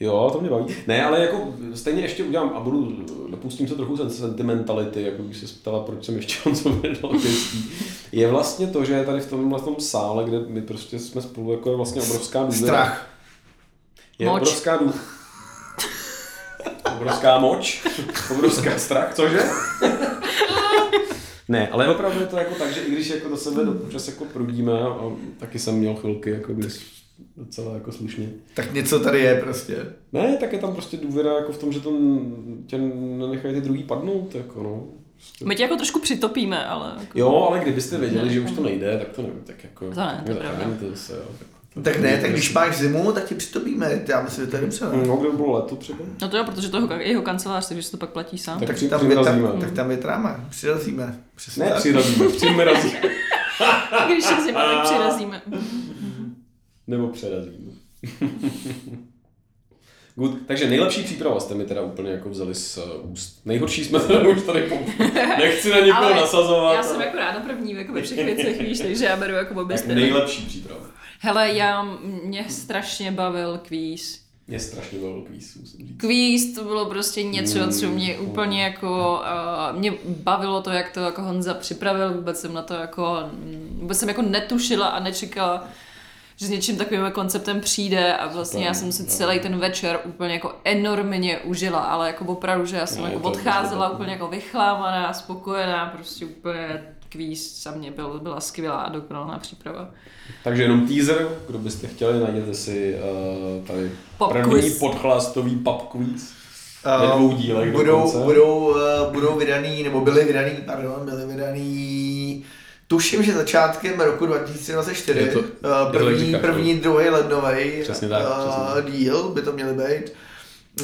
A: Jo, to mě baví. Ne, ale jako stejně ještě udělám a budu, dopustím se trochu sen- sentimentality, jako když se ptala, proč jsem ještě <laughs> Honzo vydal pěstí. Je vlastně to, že je tady v tomhle tom sále, kde my prostě jsme spolu, jako je vlastně obrovská důvěra.
D: Strach.
A: Je
F: Moč.
A: obrovská dů... obrovská moč, obrovská strach, cože? ne, ale opravdu je to jako tak, že i když jako do sebe občas jako prudíme, a taky jsem měl chvilky, jako když docela jako slušně.
D: Tak něco tady je prostě.
A: Ne, tak je tam prostě důvěra jako v tom, že to n- tě nenechají ty druhý padnout, jako no. Prostě.
F: My tě jako trošku přitopíme, ale jako...
A: Jo, ale kdybyste věděli, že už to nejde, tak to nevím, tak jako...
F: To ne, to je pravda.
A: to se, jo.
D: No Tak ne, tak když máš zimu, tak ti přitopíme. Já myslím, že to je dobře. ne?
A: No, kdyby bylo leto třeba,
F: No to jo, protože to je jeho- jeho kancelář, takže si to pak platí sám.
A: tak,
D: Tak
A: při-
D: tam, je,
A: přirazíme. no.
D: tam, tak tam je tráma. Přirazíme. Přesně
A: Ne,
D: tak.
A: přirazíme, přirazíme.
F: Tak <laughs> když je zima, tak přirazíme.
A: Nebo přerazím. <laughs> Good. Takže nejlepší příprava jste mi teda úplně jako vzali z uh, úst. Nejhorší jsme <laughs> teda už tady po... Nechci na někoho
F: Ale
A: nasazovat.
F: Já jsem
A: ale-
F: jako ráda první jako ve všech věcech, víš, takže já beru jako obě
A: tak
F: strany.
A: nejlepší příprava.
F: Hele, já, mě strašně bavil kvíz.
A: Mě strašně bylo kvíz, musím říct.
F: Kvíz to bylo prostě něco,
A: Mm.
F: co mě úplně jako, uh, mě bavilo to, jak to jako Honza připravil, vůbec jsem na to jako, mm, vůbec jsem jako netušila a nečekala, že s něčím takovým jako konceptem přijde a vlastně
A: Super, no.
F: já jsem si
A: jo.
F: celý ten večer úplně jako enormně užila, ale jako opravdu, že já jsem
A: No, je
F: jako
A: to
F: odcházela
A: rozhodně.
F: úplně jako vychlámaná, spokojená, prostě úplně kvíz za mě byl, byla skvělá a dokonalá příprava.
A: Takže jenom teaser, kdo byste chtěli, najděte si uh, tady
F: Pop
A: první
F: quiz.
A: podchlastový pub quiz. Ve
D: Eh,
A: dvou dílech dokonce.
D: budou, budou, eh, budou vydaný, nebo byly vydaný, pardon, byly vydaný Tuším, že začátkem roku 2024,
A: Je to- je
D: eh,
A: to tak
D: první,
A: říkáš,
D: první, druhý lednový
A: Přesně tak, přesně tak.
D: díl by to měly být.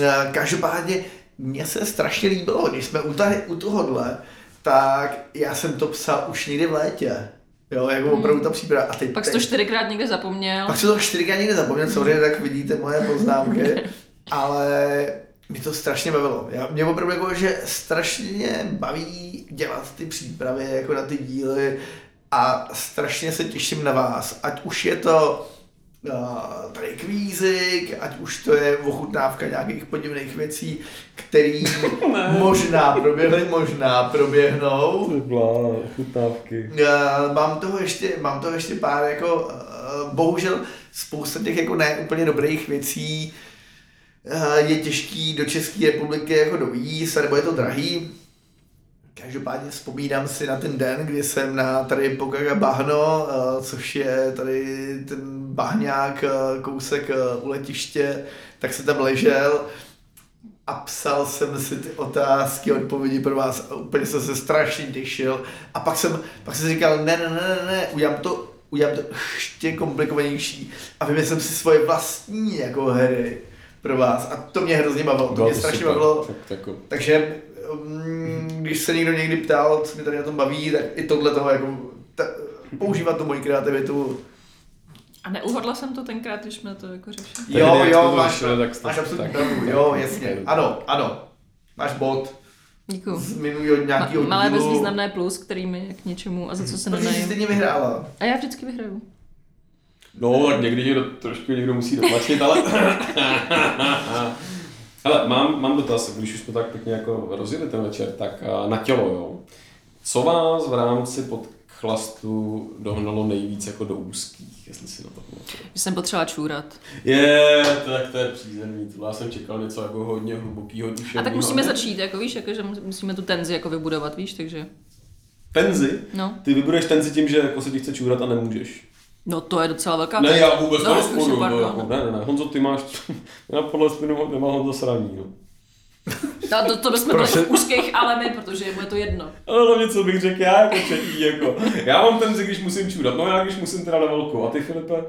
D: Eh, Každopádně mně se strašně líbilo, když jsme u, ta, u tohohle, tak já jsem to psal už někdy v létě. Jo, jako opravdu ta příprava. A teď,
F: Hmm. Pak jsi
D: teď-
F: to čtyřikrát někde zapomněl.
D: pak jsem to čtyřikrát nikdy zapomněl, samozřejmě tak vidíte moje poznámky, ale mě to strašně bavilo. Já, mě opravdu jako, že strašně baví dělat ty přípravy jako na ty díly a strašně se těším na vás. Ať už je to uh, tady kvízik, ať už to je ochutnávka nějakých podivných věcí, který možná proběhly, možná proběhnou.
A: Blá, chutnávky.
D: Eh, mám toho ještě, mám toho ještě pár jako, eh, bohužel spousta těch jako ne úplně dobrých věcí eh, je těžký do České republiky jako dovíz, nebo je to drahý. Každopádně vzpomínám si na ten den, kdy jsem na tady Pokaga Bahno, eh, což je tady ten bahňák, eh, kousek eh, u letiště, tak jsem tam ležel a psal jsem si ty otázky, odpovědi pro vás a úplně jsem se strašně těšil. A pak jsem, pak jsem říkal, ne, ne, ne, ne, ne, udělám to, udělám to ještě komplikovanější a vymyslel jsem si svoje vlastní jako hry pro vás a to mě hrozně bavilo, to mě strašně bavilo.
A: Tak, tak, jako-
D: Takže mm, když se někdo někdy ptal, co mě tady na tom baví, tak i tohle toho jako ta, používat tu moji kreativitu.
F: A neuhodla jsem to tenkrát, když jsme to jako řešili.
A: Tehdy,
D: jo,
A: jak jsme
D: jo,
A: to
D: máš,
A: řešili, tak jste-
D: máš absolutní
A: tak-
D: pravdu,
A: tak-
D: jo,
A: tak-
D: jasně,
A: <laughs> tak-
D: ano, ano. Máš bod
F: Děkuju.
D: z minulého
F: Ma-
D: nějakého
F: Malé
D: dílu.
F: bezvýznamné plus, který mi je k něčemu a za co se
D: Protože jsi
F: nenajem.
D: stejně vyhrála.
F: A já vždycky vyhraju.
A: No, tak někdy někdo, trošku někdo musí doplatit, ale... <laughs> Hele, mám, mám dotaz, když už jsme tak pěkně jako rozjeli ten večer, tak a, na tělo, jo. Co vás v rámci podchlastu dohnalo nejvíc jako do úzkých, jestli si na to pamatuju?
F: Že jsem potřeba čůrat.
A: Je, tak to je přízemní, to já jsem čekal něco jako hodně hlubokýho
F: A
A: duševního.
F: tak musíme začít, jako víš, jako, že mus- musíme tu tenzi jako vybudovat, víš, takže
A: Tenzi?
F: no.
A: Ty vybuduješ tenzi tím, že jako se ti chce čůrat a nemůžeš.
F: No to je docela velká
A: Ne,
F: tenze.
A: já vůbec
F: no,
A: no,
F: už je
A: nerozporu.
F: pardon.
A: No, jako, ne, ne, ne, Honzo, ty máš, <laughs> já podle spinu nemá Honzo sraní, no.
F: Ta- to, to bychom byli v úzkých, ale my, protože mu je to jedno.
A: Ale hlavně, co No, bych řekl já jako třetí, jako. Já mám tenzi, když musím čůrat, no já když musím teda na velkou. A ty, Filipe?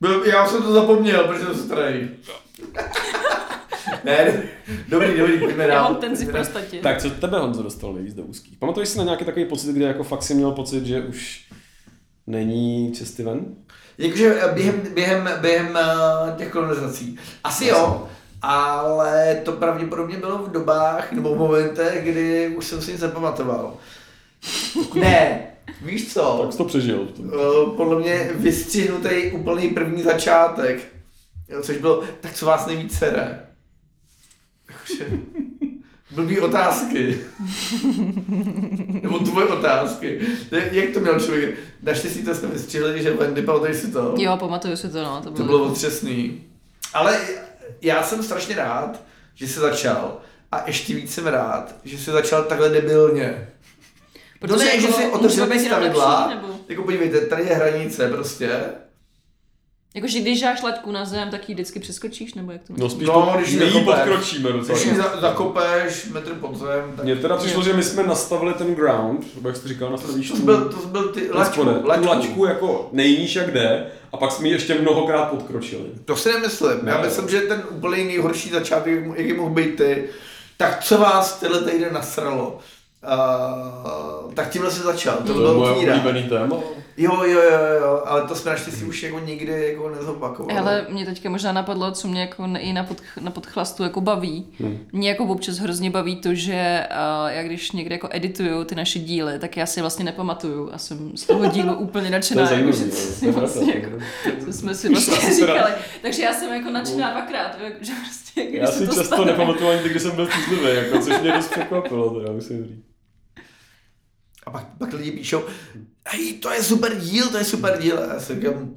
D: Byl, já jsem to zapomněl, protože jsem <laughs> starý. ne, dobrý, dobrý, pojďme dál.
F: Já mám tenzi v prostatě.
A: Tak co tebe, Honzo, dostal nejvíc do úzkých? Pamatuješ si na nějaký takový pocit, kde jako fakt si měl pocit, že už není cesty ven?
D: Jakože eh, během, během, během eh, těch kolonizací. Asi jo, ale to pravděpodobně bylo v dobách nebo v momentech, kdy už jsem si nic nepamatoval. Ne, víš co?
A: Tak jsi to přežil. To.
D: Eh, podle mě vystřihnutý úplný první začátek. Jo, což bylo, tak co vás nejvíc sere? Jakože, blbý otázky. Nebo tvoje otázky. Ne, Jak to měl člověk? Naštěstí to jsme vystřihli, že Wendy, pamatuješ si to?
F: Jo, pamatuju si to, no. To
D: To
F: bylo,
D: bylo otřesný. Ale já jsem strašně rád, že se začal. A ještě víc jsem rád, že se začal takhle debilně. Protože no ne,
F: jako
D: že si
F: můžeme
D: otevřeme
F: být jenom
D: stavidla,
F: lepší, nebo-
D: jako podívejte, tady je hranice prostě.
F: Jakože když dáš laťku na zem, tak ji vždycky přeskočíš, nebo jak to
A: No spíš
D: No,
A: to,
D: když
A: my jí
D: zakopeš.
A: podkročíme docela.
D: Když ji za, zakopeš metr pod zem, tak...
A: Mně teda přišlo, že my jsme nastavili ten ground, nebo jak jsi to říkal, nastavíš
D: To byl, to byl ty
A: ten
D: laťku,
A: spodek, tu
D: laťku.
A: laťku jako nejníž jak jde, a pak jsme ji ještě mnohokrát podkročili.
D: To si nemyslím. Já
A: Ne.
D: myslím, že ten úplně nejhorší začátek, jaký mohl být ty, tak co vás tenhle týden nasralo? Uh, tak tímhle se začal, to,
A: To je
D: bylo
A: moje
D: Kýra.
A: oblíbený téma.
D: Jo, jo, jo, jo, ale to jsme naštěstí už jako nikdy jako nezopakovali.
F: Ale mě teďka možná napadlo, co mě jako i na, pod, na podchlastu jako baví. Hmm. Mě jako občas hrozně baví to, že uh, já když někde jako edituju ty naše díly, tak já si je vlastně nepamatuju a jsem z toho dílu úplně
A: <laughs> To je
F: nadšená. jako,
A: zajímavý.
F: že
A: jo,
F: si
A: to je
F: vlastně
A: pravda.
F: jako, co jsme si vlastně
A: Už <laughs> já
F: říkali. Takže já jsem jako nadšená dvakrát, <laughs> jo, že prostě když
A: Hmm. Já
F: se
A: si
F: to
A: často
F: stane.
A: nepamatuju ani ty, kdy jsem byl cizlivý, jako, což mě dost překvapilo, teda musím říct.
D: A pak, pak lidi píšou, hej, to je super díl, to je super díl. A já si říkám,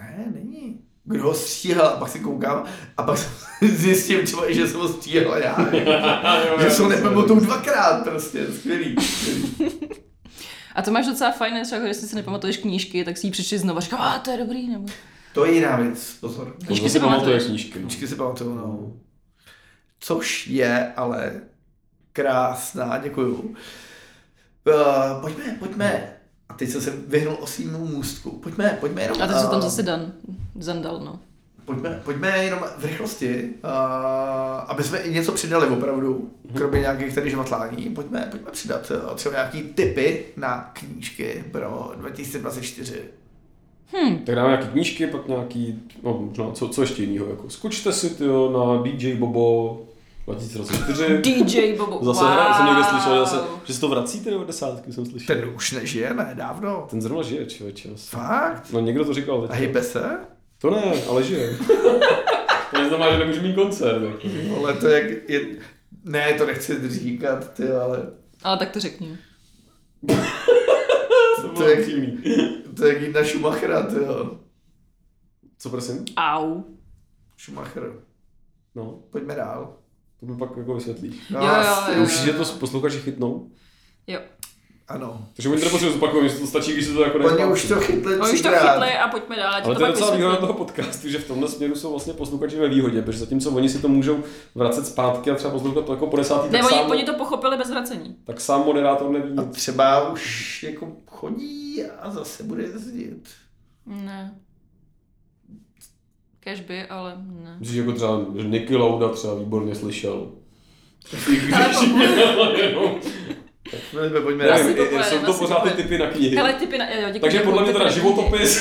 D: ne, není. Kdo ho stříhal? A pak si koukám a pak <laughs> zjistím třeba i, že jsem ho stříhal já.
A: <laughs>
D: že jsem nepamatuju dvakrát prostě, skvělý.
F: A to máš docela fajn, třeba, když si nepamatuješ knížky, tak si ji přečteš znovu a říkám, a to je dobrý, nebo...
D: To je jiná věc, pozor.
F: Knížky si pamatuješ.
A: knížky.
D: Vždycky si pamatuju, no. Což je ale krásná, děkuju. Uh, pojďme, pojďme. A teď jsem se vyhnul osímu můstku. Pojďme, pojďme jenom.
F: A teď se tam
D: eh,
F: zase Dan zandal, no.
A: <laughs>
D: Pojďme, pojďme jenom v rychlosti, uh, aby jsme i něco přidali opravdu, kromě nějakých tady žvatlání. Pojďme, pojďme přidat eh, třeba nějaký tipy na knížky pro 2024.
A: Tak dáme nějaký knížky, pak nějaký, no možná, co, co ještě jiného, jako skučte si tyjo, na DJ Bobo
F: <laughs>
A: 2024.
F: DJ Bobo,
A: Zase
F: wow.
A: hra, jsem někde slyšel, že, zase, že se to vrací ty 90. jsem slyšel.
D: Ten už nežije, ne? Dávno.
A: Ten zrovna žije, člověče. asi.
D: Fakt?
A: No někdo to říkal
D: A
A: teď.
D: hejbe se?
A: To ne, ale žije. <laughs> to neznamená, že nemůže mít koncert. Jako.
D: Ale to jak je... Ne, to nechci říkat, ty, ale
F: Ale tak to řekni.
A: To
D: To
A: bylo
D: je-
A: upřímný.
D: to je jak jít na Schumachera, ty jo.
A: Co prosím?
F: Au.
D: Schumacher,
A: No,
D: pojďme dál.
A: to mi pak jako vysvětlíš.
D: No,
F: Jo, jo, jo.
A: Určitě to posluchači chytnou.
F: Jo.
D: Ano.
A: Takže oni to nepotřebují zopakovat, že to stačí, když se to jako
D: Oni
A: nespátí.
D: už to chytli
F: Oni No, už to
D: třikrát.
F: chytli a pojďme dál, ať
A: Ale to
F: to
A: je
F: pak
A: docela výhoda
F: vysvětlím.
A: toho podcastu, že v tomhle směru jsou vlastně posluchači ve výhodě, protože zatímco oni si to můžou vracet zpátky a třeba poslouchat to jako po desátý, tak,
F: Ne, oni,
A: sám,
F: oni to pochopili bez vracení.
A: tak sám moderátor neví.
D: A třeba už jako chodí a zase bude jezdit.
F: Ne. Cash by, ale ne.
A: Když jako třeba že Nicky Lauda třeba výborně slyšel. I když
F: <laughs> Ale pokud-
A: měl jenom-
D: Pojďme, No, pojďme
F: Já
D: dál.
F: si
A: Nevím,
F: to
A: i- i-
F: pojedu,
A: jsou
F: já
A: to
F: si
A: pořád
F: to
A: ty
F: pojedu.
A: typy na knihy.
F: Hele, typy na... Jo, děkuji,
A: Takže
F: děkuji,
A: podle mě
F: typy
A: teda
F: na-
A: životopis.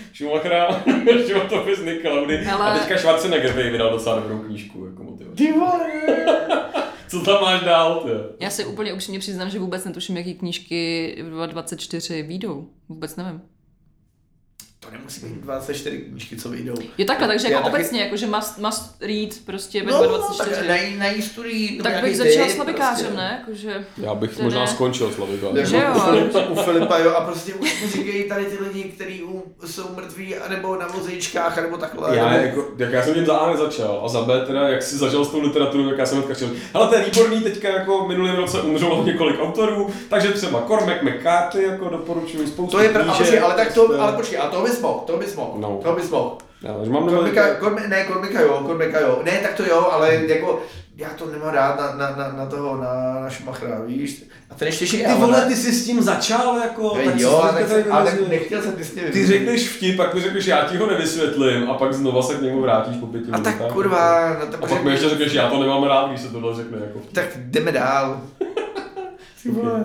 A: <laughs> Schumachera, <laughs> životopis Nicky Laudy. A
F: Hele.
A: teďka Schwarzenegger by vydal docela dobrou knížku. Jako motivační.
D: Ty vole!
A: Co tam máš dál? Tě?
F: Já se úplně upřímně přiznám, že vůbec netuším, jaký knížky v 2024 výjdou. Vůbec nevím.
D: To nemusí být 24 knížky, co vyjdou.
F: Jo takhle, takže
D: Já
F: jako
D: taky-
F: obecně, jako že must, must read prostě ve
D: No,
F: 2024.
D: tak najít na studii. no,
F: tak bych začala s
A: prostě.
D: prostě-
F: labikářem, ne? Jakože...
A: Já bych
F: To
A: možná
F: ne.
A: skončil s Lavikou.
D: Jako
F: Že jo.
D: u, Filipa, u Filipa, jo, a prostě už mu říkají tady ty lidi, kteří jsou mrtví, anebo na vozíčkách, anebo takhle.
A: Já,
D: nebo...
A: jako, jak já jsem tím za A nezačal a za B teda, jak si zažil s tou literaturou, tak já jsem hnedka šel. Hele, to je výborný, teďka jako minulým roce umřelo několik autorů, takže třeba Cormac McCarthy jako doporučuji spoustu
D: To je pravda,
A: knížek,
D: počkej, ale tak to,
A: prostě.
D: ale počkej, ale to bys mohl, to bys mohl,
A: No.
D: to bys mohl.
A: Já, že mám
D: Kormika,
A: Kormika...
D: kormi, ne, Kormika jo, Kormika jo, ne, tak to jo, ale jako, já to nemám rád na, na, na, na toho, na, na Schumachera, víš, a ten ještě
A: Ty vole, ty jsi s tím začal, jako,
D: Hej,
A: tak
D: jo,
A: si
D: ale,
A: teďka
D: nechci,
A: tady
D: ale
A: vymezil.
D: nechtěl jsem ty s ním
A: Ty řekneš vtip, pak mi řekneš, já ti ho nevysvětlím a pak znova se k němu vrátíš po pěti
D: A tak
A: minutách.
D: kurva, no,
A: A
D: tak,
A: pak mi ještě řekneš, já to nemám rád, když se tohle řekne. Jako vtip.
D: tak jdeme dál.
A: <laughs>
D: Ty vole.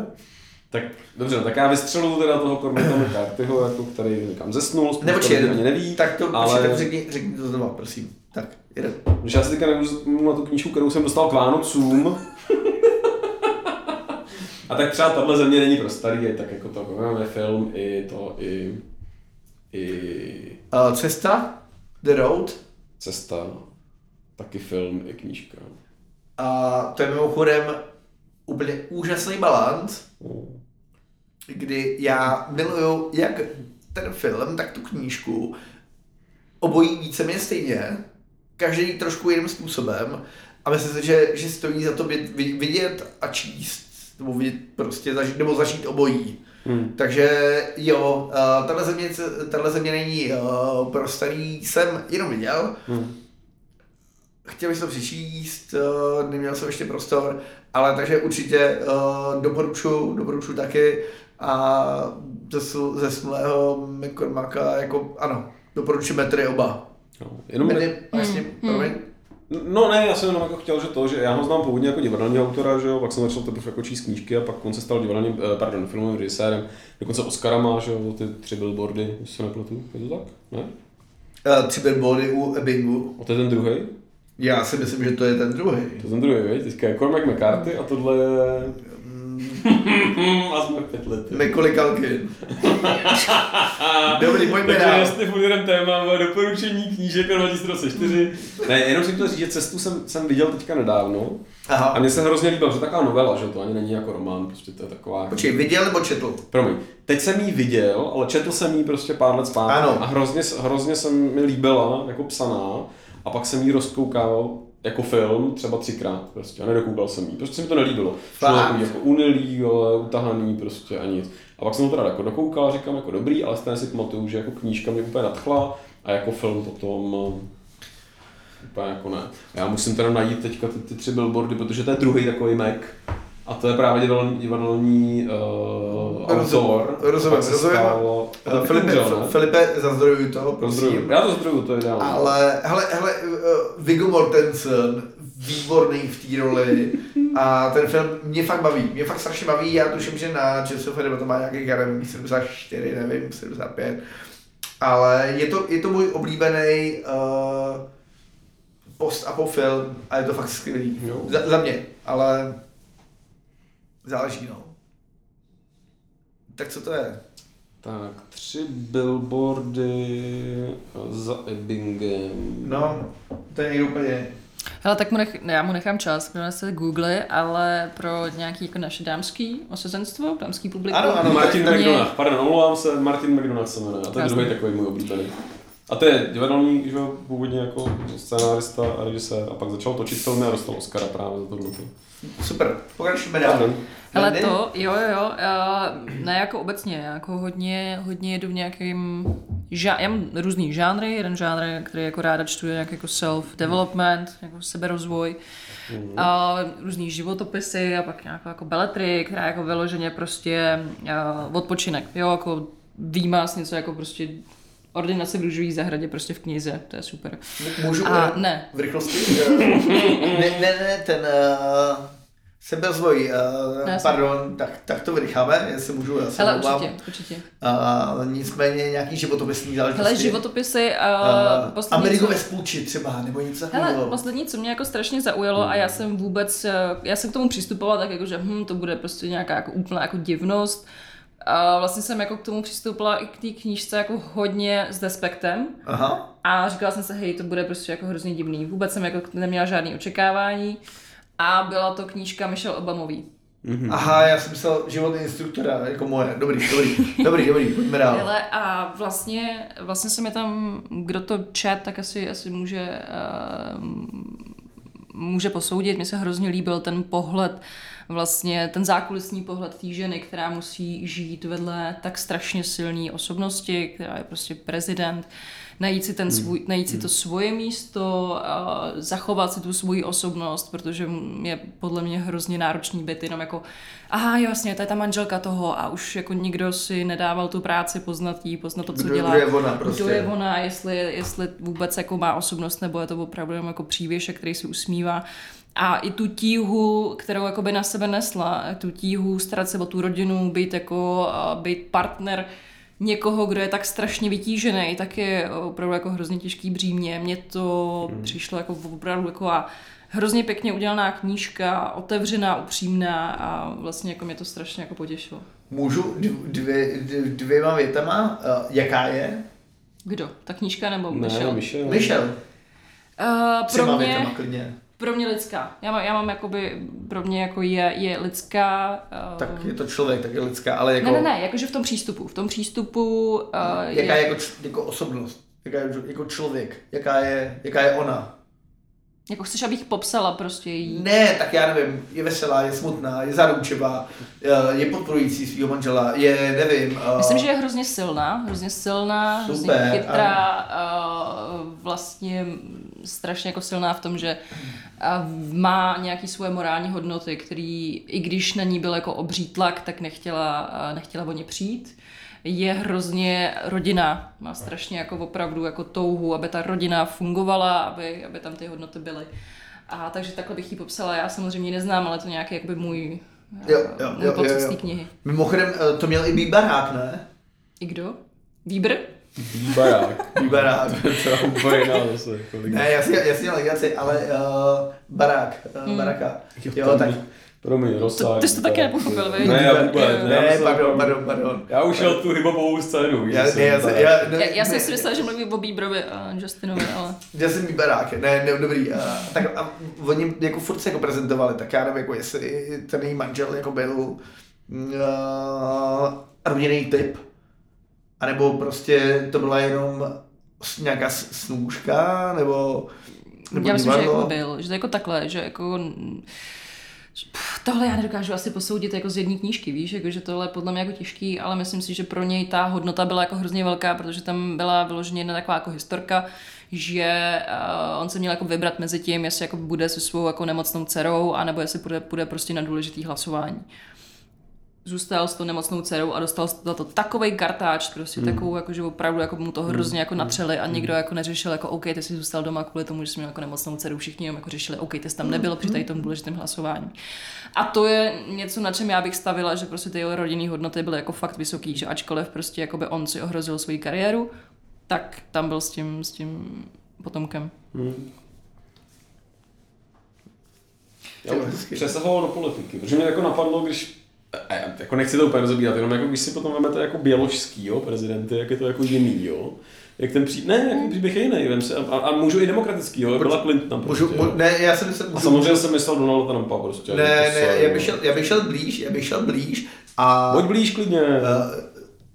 A: Tak dobře, no, tak já vystřelu teda toho Cormaca McCarthyho, jako, který říkám zesnul, spousta
D: Nebo
A: lidí ani neví.
D: tak to,
A: ale-
D: ale... tak řekni, řekni to znova, prosím. Tak, jeden.
A: Že já si teďka nemůžu vzpomenout na tu knížku, kterou jsem dostal k Vánocům. <laughs> A tak třeba tahle země není pro starý, je tak jako to máme film, i to, i, i
D: Uh, cesta, The Road,
A: cesta, no. taky film, i knížka.
D: a to je mimochodem úplně úžasný balans, kdy já miluju jak ten film, tak tu knížku. Obojí víceméně stejně, každý trošku jiným způsobem a myslím si, že, že stojí za to vě- vi- vidět a číst, nebo vidět prostě, zažít, nebo zažít obojí.
A: Hmm.
D: Takže jo, eh, tahle země, tahle země není eh, pro starý, jsem jenom viděl.
A: Hmm.
D: Chtěl bych to přečíst, eh, neměl jsem ještě prostor, ale takže určitě eh, doporučuji, doporučuji taky a ze, sl- ze smlého McCormacka, jako ano, doporučujeme tedy oba.
A: No, jenom ne,
D: Medy, vlastně, promiň.
A: No ne, já jsem jenom jako chtěl, že to, že já ho znám původně jako divadelního autora, že jo, pak jsem začal teprve jako číst knížky a pak on se stal divadelním, eh, pardon, filmovým režisérem, dokonce Oscara má, že jo, ty tři billboardy, jestli se nepletu, je to tak? Ne?
D: Eh, Tři billboardy u Ebbingu.
A: A to je ten druhý?
D: Já si myslím, že to je ten druhý.
A: To je ten druhý, veď? Teďka je Cormac McCarthy a tohle je...
D: Mm.
A: <laughs> a jsme pět let. <laughs>
D: Macaulay Culkin. Dobrý, pojďme
A: Takže
D: dál.
A: jestli půjdeme téma doporučení knížek na 2024. Ne, jenom jsem chtěl říct, že cestu jsem, jsem viděl teďka nedávno a
D: Aha.
A: mně se hrozně líbila, že taková novela, že to ani není jako román, prostě to je taková...
D: Počkej, viděl nebo četl?
A: Promiň, teď jsem ji viděl, ale četl jsem ji prostě pár let zpátky
D: Ano.
A: a hrozně, hrozně jsem mi líbila jako psaná a pak jsem ji rozkoukal jako film třeba třikrát prostě a nedokoukal jsem ji, prostě se mi to nelíbilo. Šlo
D: Fakt?
A: takový jako unilý, ale utahaný prostě a nic. A pak jsem ho teda jako dokoukal a říkám jako dobrý, ale stejně si pamatuju, že jako knížka mě úplně nadchla a jako film potom eh, úplně jako ne. A já musím teda najít teďka ty, ty tři billboardy, protože to je druhý takový Mac. A to je právě divadelní, divadelní uh,
D: Rozum-
A: autor.
D: rozumím,
A: Pak se
D: rozumím.
A: stalo- eh, a to no. je
D: Filipe,
A: Filip John, ne?
D: Filipe, zazdrojuju to,
A: Rozdruju.
D: prosím.
A: Já to zdruju, to je ideální.
D: Ale, hele, hele, eh, Viggo Mortensen, výborný v té roli a ten film mě fakt baví, mě fakt strašně baví, já tuším, že na ČSFD to má nějaký, já nevím, 74, nevím, 75, ale je to, je to můj oblíbený uh, post apo film a je to fakt skvělý,
A: Jo.
D: za, za mě, ale záleží, no. Tak co to je?
A: Tak, tři billboardy za Ebbingem.
D: No, to je někdo úplně
F: Hele, tak mu nech, ne, já mu nechám čas, kdo se Google, ale pro nějaký jako naše dámský osazenstvo, dámský publikum.
D: Ano, ano.
A: Martin
F: tak-
A: McDonagh, pardon, omlouvám se, Martin McDonagh se jmenuje. A to je
F: Jasně.
A: druhý takový můj oblíbený. A to je divadelní, že jo, původně jako scénárista a režisér a pak začal točit filmy a dostal Oscara právě za tohle.
D: super, pokračujeme dál.
F: Hele
D: Ne, ne.
F: to, jo, jo, jo, uh, ne jako obecně, já jako hodně, hodně jedu v nějakým, ža- já mám různý žánry, jeden žánr, který jako ráda čtu, je nějak jako self-development, jako seberozvoj, a různý životopisy a pak nějakou jako beletry, která je jako vyloženě prostě uh, odpočinek, jo, jako výmaz, něco jako prostě ordinace v růžové zahradě prostě v knize, to je super.
D: Můžu
F: A
D: jenom
F: ne,
D: v rychlosti? eh, <laughs> ne, ne, ne, ten uh, sebezvoj, uh,
F: Ne, jsem-
D: pardon, tak, tak to vydecháme, jestli můžu, já se
F: ale
D: omlouvám.
F: určitě, určitě.
D: Uh, nicméně nějaký životopisní záležitosti.
F: Hele, životopisy,
D: Uh,
F: uh, poslední...
D: Amerigo
F: co-
D: Vespucci třeba, nebo něco
F: Hele,
D: takového.
F: poslední, co mě jako strašně zaujalo a já jsem vůbec, eh, já jsem k tomu přistupovala tak jako, že hm, to bude prostě nějaká jako úplná jako divnost. A vlastně jsem jako k tomu přistoupila i k té knížce jako hodně s despektem
D: Aha,
F: a říkala jsem se, hej, to bude prostě jako hrozně divný. Vůbec jsem jako neměla žádný očekávání a byla to knížka Michelle Obamový.
D: aha, já jsem myslel život instruktora, jako moje, dobrý, dobrý, dobrý, dobrý, pojďme dál.
F: Ale a vlastně, vlastně se mi tam, kdo to čet, tak asi, asi může, uh, může posoudit. Mně se hrozně líbil ten pohled, vlastně ten zákulisní pohled té ženy, která musí žít vedle tak strašně silné osobnosti, která je prostě prezident, najít si,
D: Hmm.
F: ten svůj, najít si to svoje místo, a zachovat si tu svoji osobnost, protože je podle mě hrozně náročný být jenom jako aha, jo, jasně, to je ta manželka toho a už jako nikdo si nedával tu práci poznat jí, poznat to, co
D: Kdo,
F: dělá
D: kdo je ona prostě?
F: kdo je ona, jestli, jestli vůbec jako má osobnost, nebo je to opravdu jenom jako přívěšek, který se usmívá. A i tu tíhu, kterou jako by na sebe nesla, tu tíhu starat se o tu rodinu, být jako, a být partner někoho, kdo je tak strašně vytížený, tak je opravdu jako hrozně těžký břímě. Mně to
A: Hmm.
F: přišlo jako opravdu jako a hrozně pěkně udělaná knížka, otevřená, upřímná a vlastně jako mě to strašně jako potěšilo.
D: Můžu dv- dvě, dvě, dvěma větama, uh, jaká je?
F: Kdo? Ta knížka nebo
A: Ne,
F: Michelle?
A: Michel.
D: Michel,
F: Uh,
D: třema
F: pro mě,
D: větama klidně.
F: Pro mě lidská. Já mám, já mám jakoby, pro mě jako je, je lidská. Uh,
D: Tak je to člověk, tak je lidská, ale jako...
F: Ne, ne, ne, jakože v tom přístupu. V tom přístupu uh,
D: Jaká je jako, č- jako osobnost? Jaká je jako člověk? Jaká je, jaká je ona?
F: Jako chceš, abych popsala prostě jí.
D: Ne, tak já nevím, je veselá, je smutná, je zaručivá, je podporující svého manžela, je, nevím, eh,
F: Myslím, že je hrozně silná, hrozně silná, hrozně
D: Super,
F: chytrá, uh, vlastně strašně jako silná v tom, že uh, má nějaký svoje morální hodnoty, který, i když na ní byl jako obří tlak, tak nechtěla, uh, nechtěla o ně přijít. je hrozně rodina. Má strašně jako opravdu jako touhu, aby ta rodina fungovala, aby, aby tam ty hodnoty byly. A takže takhle bych ji popsala. Já samozřejmě ji neznám, ale to nějaký jakoby můj,
D: Jo,
F: eh,
D: jo,
F: můj
D: jo,
F: pocit
D: jo,
F: z té
D: jo.
F: knihy.
D: Mimochodem, eh, to měl i Bíbarák, ne?
F: I kdo? Výbr?
A: Výbarák. <laughs>
D: Bíbarák.
A: to je úplně jiná zase. jako Kolik...
D: <laughs> ne, já si, já si měl legraci, ale uh, barák, uh,
F: Hmm.
D: baraka. Jo,
A: tam
D: tak.
A: byl- Promiň, rozsáhlý.
F: ty jsi to taky
A: výbarák.
F: nepochopil, vej?
A: Ne, já
D: Výbarák.
A: vůbec.
F: Ne,
A: já
D: Ne,
A: jsem-
D: pardon, pardon, pardon.
A: Já už jel tu hiphopovou scénu. víš,
D: Já,
A: že jsem
D: ne, já,
A: výbarák.
D: se, já,
F: Já, já jsem
D: ne-
F: si myslela, že mluví o Bíbrovi a Justinovi, ale...
D: Já jsem Bíbarák, ne, ne, dobrý. A, tak a oni jako furt se jako prezentovali, tak já nevím, jako jestli ten její manžel jako byl uh, rodinný typ, anebo prostě to byla jenom s- nějaká s- snůžka, nebo, nebo no.
F: Já myslím, že
D: divadlo.
F: jako byl, že to jako takhle, že jako... že- pff, Tohle já nedokážu asi posoudit jako z jedné knížky, víš, jako, že tohle je podle mě jako těžký, ale myslím si, že pro něj ta hodnota byla jako hrozně velká, protože tam byla vyloženě jedna taková jako historka, že uh, on se měl jako vybrat mezi tím, jestli jako bude se svou jako nemocnou dcerou, anebo jestli půjde, půjde prostě na důležitý hlasování. Zůstal s tou nemocnou dcerou a dostal za to takový kartáč, prostě hmm. takovou, jako, že opravdu jako mu to
D: Hmm.
F: hrozně jako natřeli a nikdo jako neřešil, jako OK, ty jsi zůstal doma kvůli tomu, že jsi měl jako nemocnou dceru, všichni jenom jako řešili, OK, ty jsi
D: Hmm.
F: tam nebyl při tady tom důležitém hlasování. A to je něco, na čem já bych stavila, že prostě ty jeho rodinný hodnoty byly jako fakt vysoký, že ačkoliv prostě jakoby on si ohrozil svoji kariéru, tak tam byl s tím, s tím potomkem.
A: Já už přesahoval do politiky, protože mě jako napadlo, když a já jako nechci to úplně rozebírat, jenom jako když si potom vemete jako běložský jo, prezidenty, jak je to jako jiný, jo. Jak ten příběh, ne, jak ten příběh je jiný, vem se, a, a, můžu i demokratický, jo, jak byla Clinton prostě,
D: Můžu,
A: jo.
D: mu, ne, já jsem myslel,
A: A
D: můžu,
A: samozřejmě jsem myslel Donalda Trumpa prostě.
D: ne,
A: jako
D: ne,
A: se,
D: já
A: jo.
D: bych, šel, já bych šel blíž, já bych šel blíž a...
A: Pojď blíž klidně,
D: eh,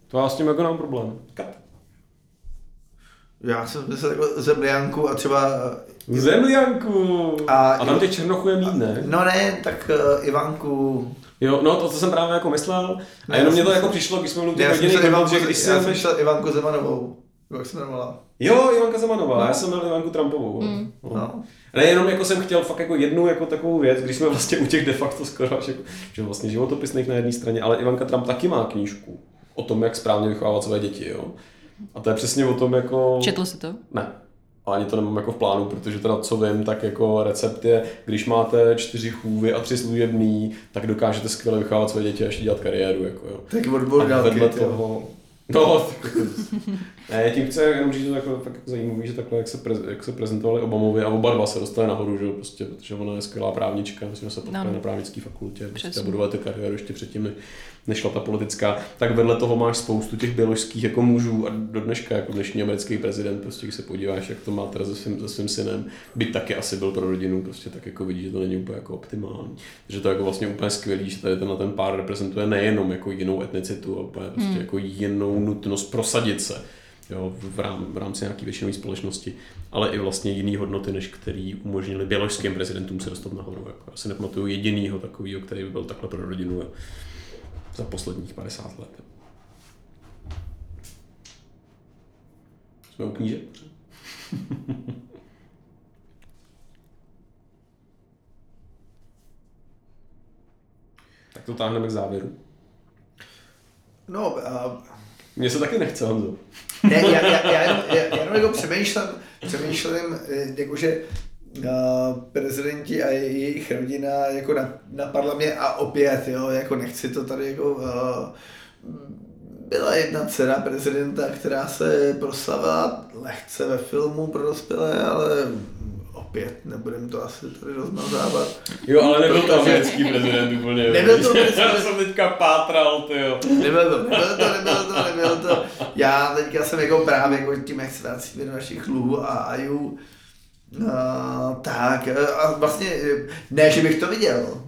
A: to já s tím jako nemám problém. Kat.
D: já jsem myslel jako zemlianku a třeba...
A: Zemlianku! A,
D: A-
A: a tam tě Černochu je mít, ne?
D: No ne, tak uh, Ivanku,
A: Jo, no to, to jsem právě jako myslel, a
D: Ne, já
A: jenom mě
D: jsem
A: to
D: si-
A: jako přišlo, když jsme mluvili
D: Já
A: o
D: jsem
A: těch
D: myslel
A: rodinných,
D: Ivanku,
A: že když si
D: já jsem
A: vezmeš
D: myslel Ivanku Zemanovou. Nebo Jak se jmenovala?
A: Jo, Ivanka Zemanová, já jsem měl Ivanku Trumpovou. Mm.
D: No.
A: Ne, jenom jako jsem chtěl fakt jako jednu jako takovou věc, když jsme vlastně u těch de facto skoro až jako, že vlastně životopisných na jedné straně, ale Ivanka Trump taky má knížku o tom, jak správně vychovávat své děti, jo. A to je přesně o tom jako...
D: Oh.
F: Četl si to?
A: Ne. A ani to nemám jako v plánu, protože teda co vím, tak jako recept je, když máte čtyři chůvy a tři služebný, tak dokážete skvěle vychovávat své děti a ještě dělat kariéru, jako jo.
D: Taky od
A: A vedle
D: Bordelky. tyjo.
A: toho... No, tak- ne, tím chci jenom říct, že takhle tak zajímavý, že takhle, jak se, prez, jak se prezentovali Obamovi a oba dva se dostali nahoru, že jo, prostě, protože ona je skvělá právnička, myslím, že se potkali
F: No.
A: na právnické fakultě prostě a
F: Přesně.
A: budovali tu kariéru ještě předtím, než- než šla ta politická. Tak vedle toho máš spoustu těch běložských jako mužů a do dneška jako dnešní americký prezident, prostě když se podíváš, jak to má teda se svým, se svým synem, byť taky asi byl pro rodinu, prostě tak jako vidíš, že to není úplně jako optimální. Takže to je jako vlastně úplně skvělý, že tady tenhle ten pár reprezentuje nejenom jako jinou etnicitu, ale úplně prostě jako jinou nutnost prosadit se jo, v, rám, v rámci nějaké většinové společnosti, ale i vlastně jiný hodnoty, než který umožnili běložským prezidentům se dostat nahoru. Jako já si nepamatuju jedinýho takového, který by byl takhle pro rodinu za posledních 50 let. Jsme u knížek? <laughs> tak to táhneme k závěru.
D: No, a,
A: Mně se taky nechce, Honzo.
D: ne, já, já, já, jenom- já, já jenom jako přemýšlím, přemýšlím, eh, jakože a prezidenti a jejich rodina jako na- napadla mě a opět, jo, jako nechci to tady jako eh, byla jedna dcera prezidenta, která se proslavila lehce ve filmu pro dospělé, ale opět nebudem to asi tady rozmazávat.
A: Jo, ale nebyl to
D: Protože-
A: americký prezident úplně.
D: Nebyl to
A: víš. Já
D: prezident.
A: jsem teďka pátral, ty jo.
D: Nebylo to, nebylo to, nebylo to, nebylo to. Já teďka jsem jako právě jako tím, jak se vracíme do našich luhů a ajů, a, tak eh, a vlastně eh, ne, že bych to viděl,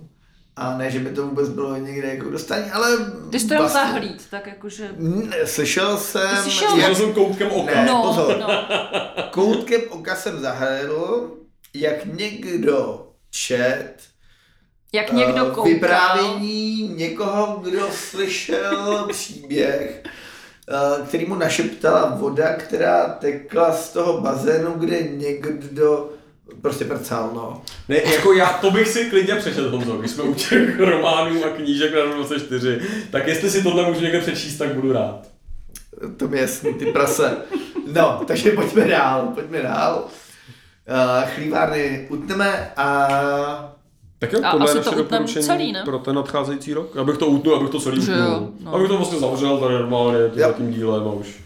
D: a ne, že by to vůbec bylo někde jako dostání, ale...
F: Ty jsi to jenom
D: vlastně-
F: zahlíd, tak jakože...
D: Ne, Slyšel jsem...
F: Ty jsi šel-
A: Já jsem koutkem oka.
D: Ne,
F: No,
D: pozor.
F: no.
D: Koutkem oka jsem zahlédl, jak někdo čet
F: Jak někdo
D: eh,
F: koukal.
D: vyprávění někoho, kdo slyšel <laughs> příběh, eh, který mu našeptala voda, která tekla z toho bazénu, kde někdo prostě prcal, no.
A: Ne, jako já, to bych si klidně přečetl, Honzo, když jsme u těch románů a knížek na 24, tak jestli si tohle můžu někde přečíst, tak budu rád.
D: To mi je jasný, ty prase. No, takže pojďme dál, pojďme dál. Uh, chlívárny utneme a
A: Tak jo,
F: A
A: tohle je
F: asi
A: naše
F: to utneme
A: doporučení
F: celý, ne?
A: pro ten nadcházející rok. Abych to utnul, abych to celý
F: Že jo,
A: utnul.
F: no.
A: Abych to vlastně zavřel tady normálně tím
D: Jo.
A: tím dílem a už.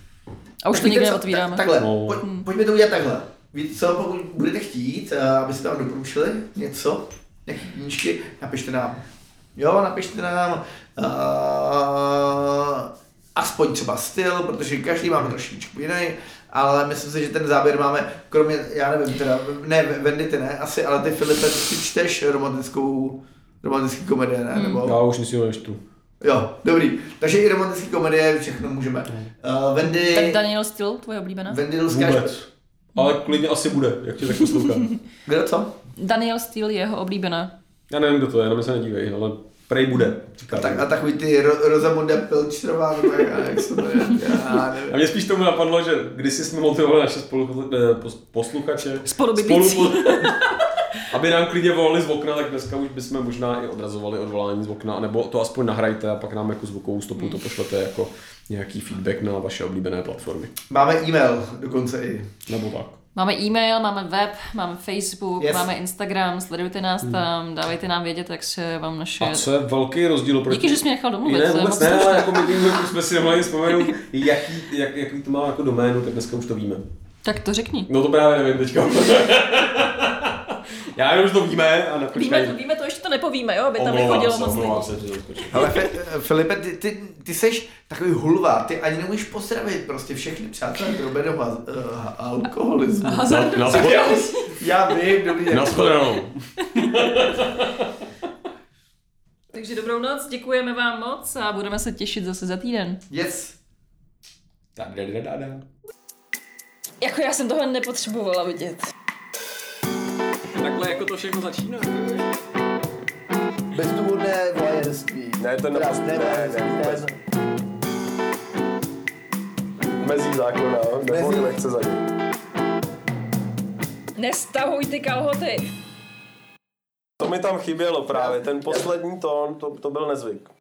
F: A už to
D: Víte
F: nikdy
D: co?
F: neotvíráme.
D: Eh, Tak, takhle,
A: No.
D: no. poj, pojďme to udělat takhle. Víte co, pokud budete chtít, eh, abyste nám doporučili něco, nějaké knížky, napište nám. Jo, napište nám uh, aspoň třeba styl, protože každý máme trošičku jiný, ale myslím si, že ten záběr máme, kromě, já nevím, teda, ne, Vendity ne, asi, ale ty Filipe, ty si čteš romantickou, romantický komedie,
F: Hmm.
D: ne? Nebo...
A: Já už nic jiného než tu.
D: Jo, dobrý. Takže i romantický komedie, všechno můžeme.
A: Hmm.
D: Uh, Vendy...
F: Tak Daniel Styl, tvoje oblíbená?
D: Vendidelská
A: Vůbec. Ale klidně asi bude, jak tě tak
D: <laughs>
A: poslouchám.
D: Kdo co?
F: Daniel Styl je jeho oblíbená.
A: Já nevím, kdo to je, na mě se nedívej, ale prej bude.
D: A,
A: Říká
D: tak,
A: mi.
D: a takový ty Ro- Rosamunda Pilčerová, nebo jak, jak se to jmenuje, já
A: A
D: nevím.
A: mě spíš tomu napadlo, že kdysi jsme motivovali naše spolu, eh, pos- posluchače,
F: Spolubydlící.
A: <laughs> aby nám klidně volali z okna, tak dneska už bychom možná i odrazovali od volání z okna, nebo to aspoň nahrajte a pak nám jako zvukovou stopu to pošlete jako nějaký feedback na vaše oblíbené platformy.
D: Máme e-mail dokonce i.
A: Nebo tak.
F: Máme e-mail, máme web, máme Facebook,
D: Yes.
F: yes. máme Instagram, sledujte nás tam, dávejte nám vědět, jak se vám naše...
A: Hmm. A co je velký rozdíl proti...
F: Díky, že jsi mě nechal domluvit.
A: Ne,
F: to je
A: vůbec
F: moc
A: ne,
F: dobře.
A: ale jako <laughs> my tím, jsme si mohli vzpomenout, jaký, jak, jaký to má jako doménu, tak dneska už to víme.
F: Tak to řekni.
A: No to právě nevím teďka. <laughs> Já jenom, že to víme a nakonec...
C: Víme to, víme to, ještě to nepovíme, jo, aby tam
A: Omlouvám
C: nechodilo
A: se,
C: moc lidí.
A: omlouvám se, že to skočilo.
D: Ale Fe- Filipe, ty, ty, ty seš takový hulva, ty ani nemůžeš pozdravit prostě všechny přátelé drobeného a, a, alkoholismu.
A: Na, na,
D: Já, já vím, dobrý den.
B: No.
A: na shledanou.
F: Takže dobrou noc, děkujeme vám moc a budeme se těšit zase za týden.
D: Yes.
A: Tak, da, da, da, da.
F: Jako já jsem tohle nepotřebovala vidět.
B: Takhle jako to všechno začíná.
D: Bezdůvodné vojenství.
B: Ne, to ne- Krásné ne, ne, vojenství, vůbec. Mezí zákona, nebo
D: Mezí.
B: nechce za ním.
F: Nestahuj ty kalhoty!
B: To mi tam chybělo právě, ten poslední tón, to, to byl nezvyk.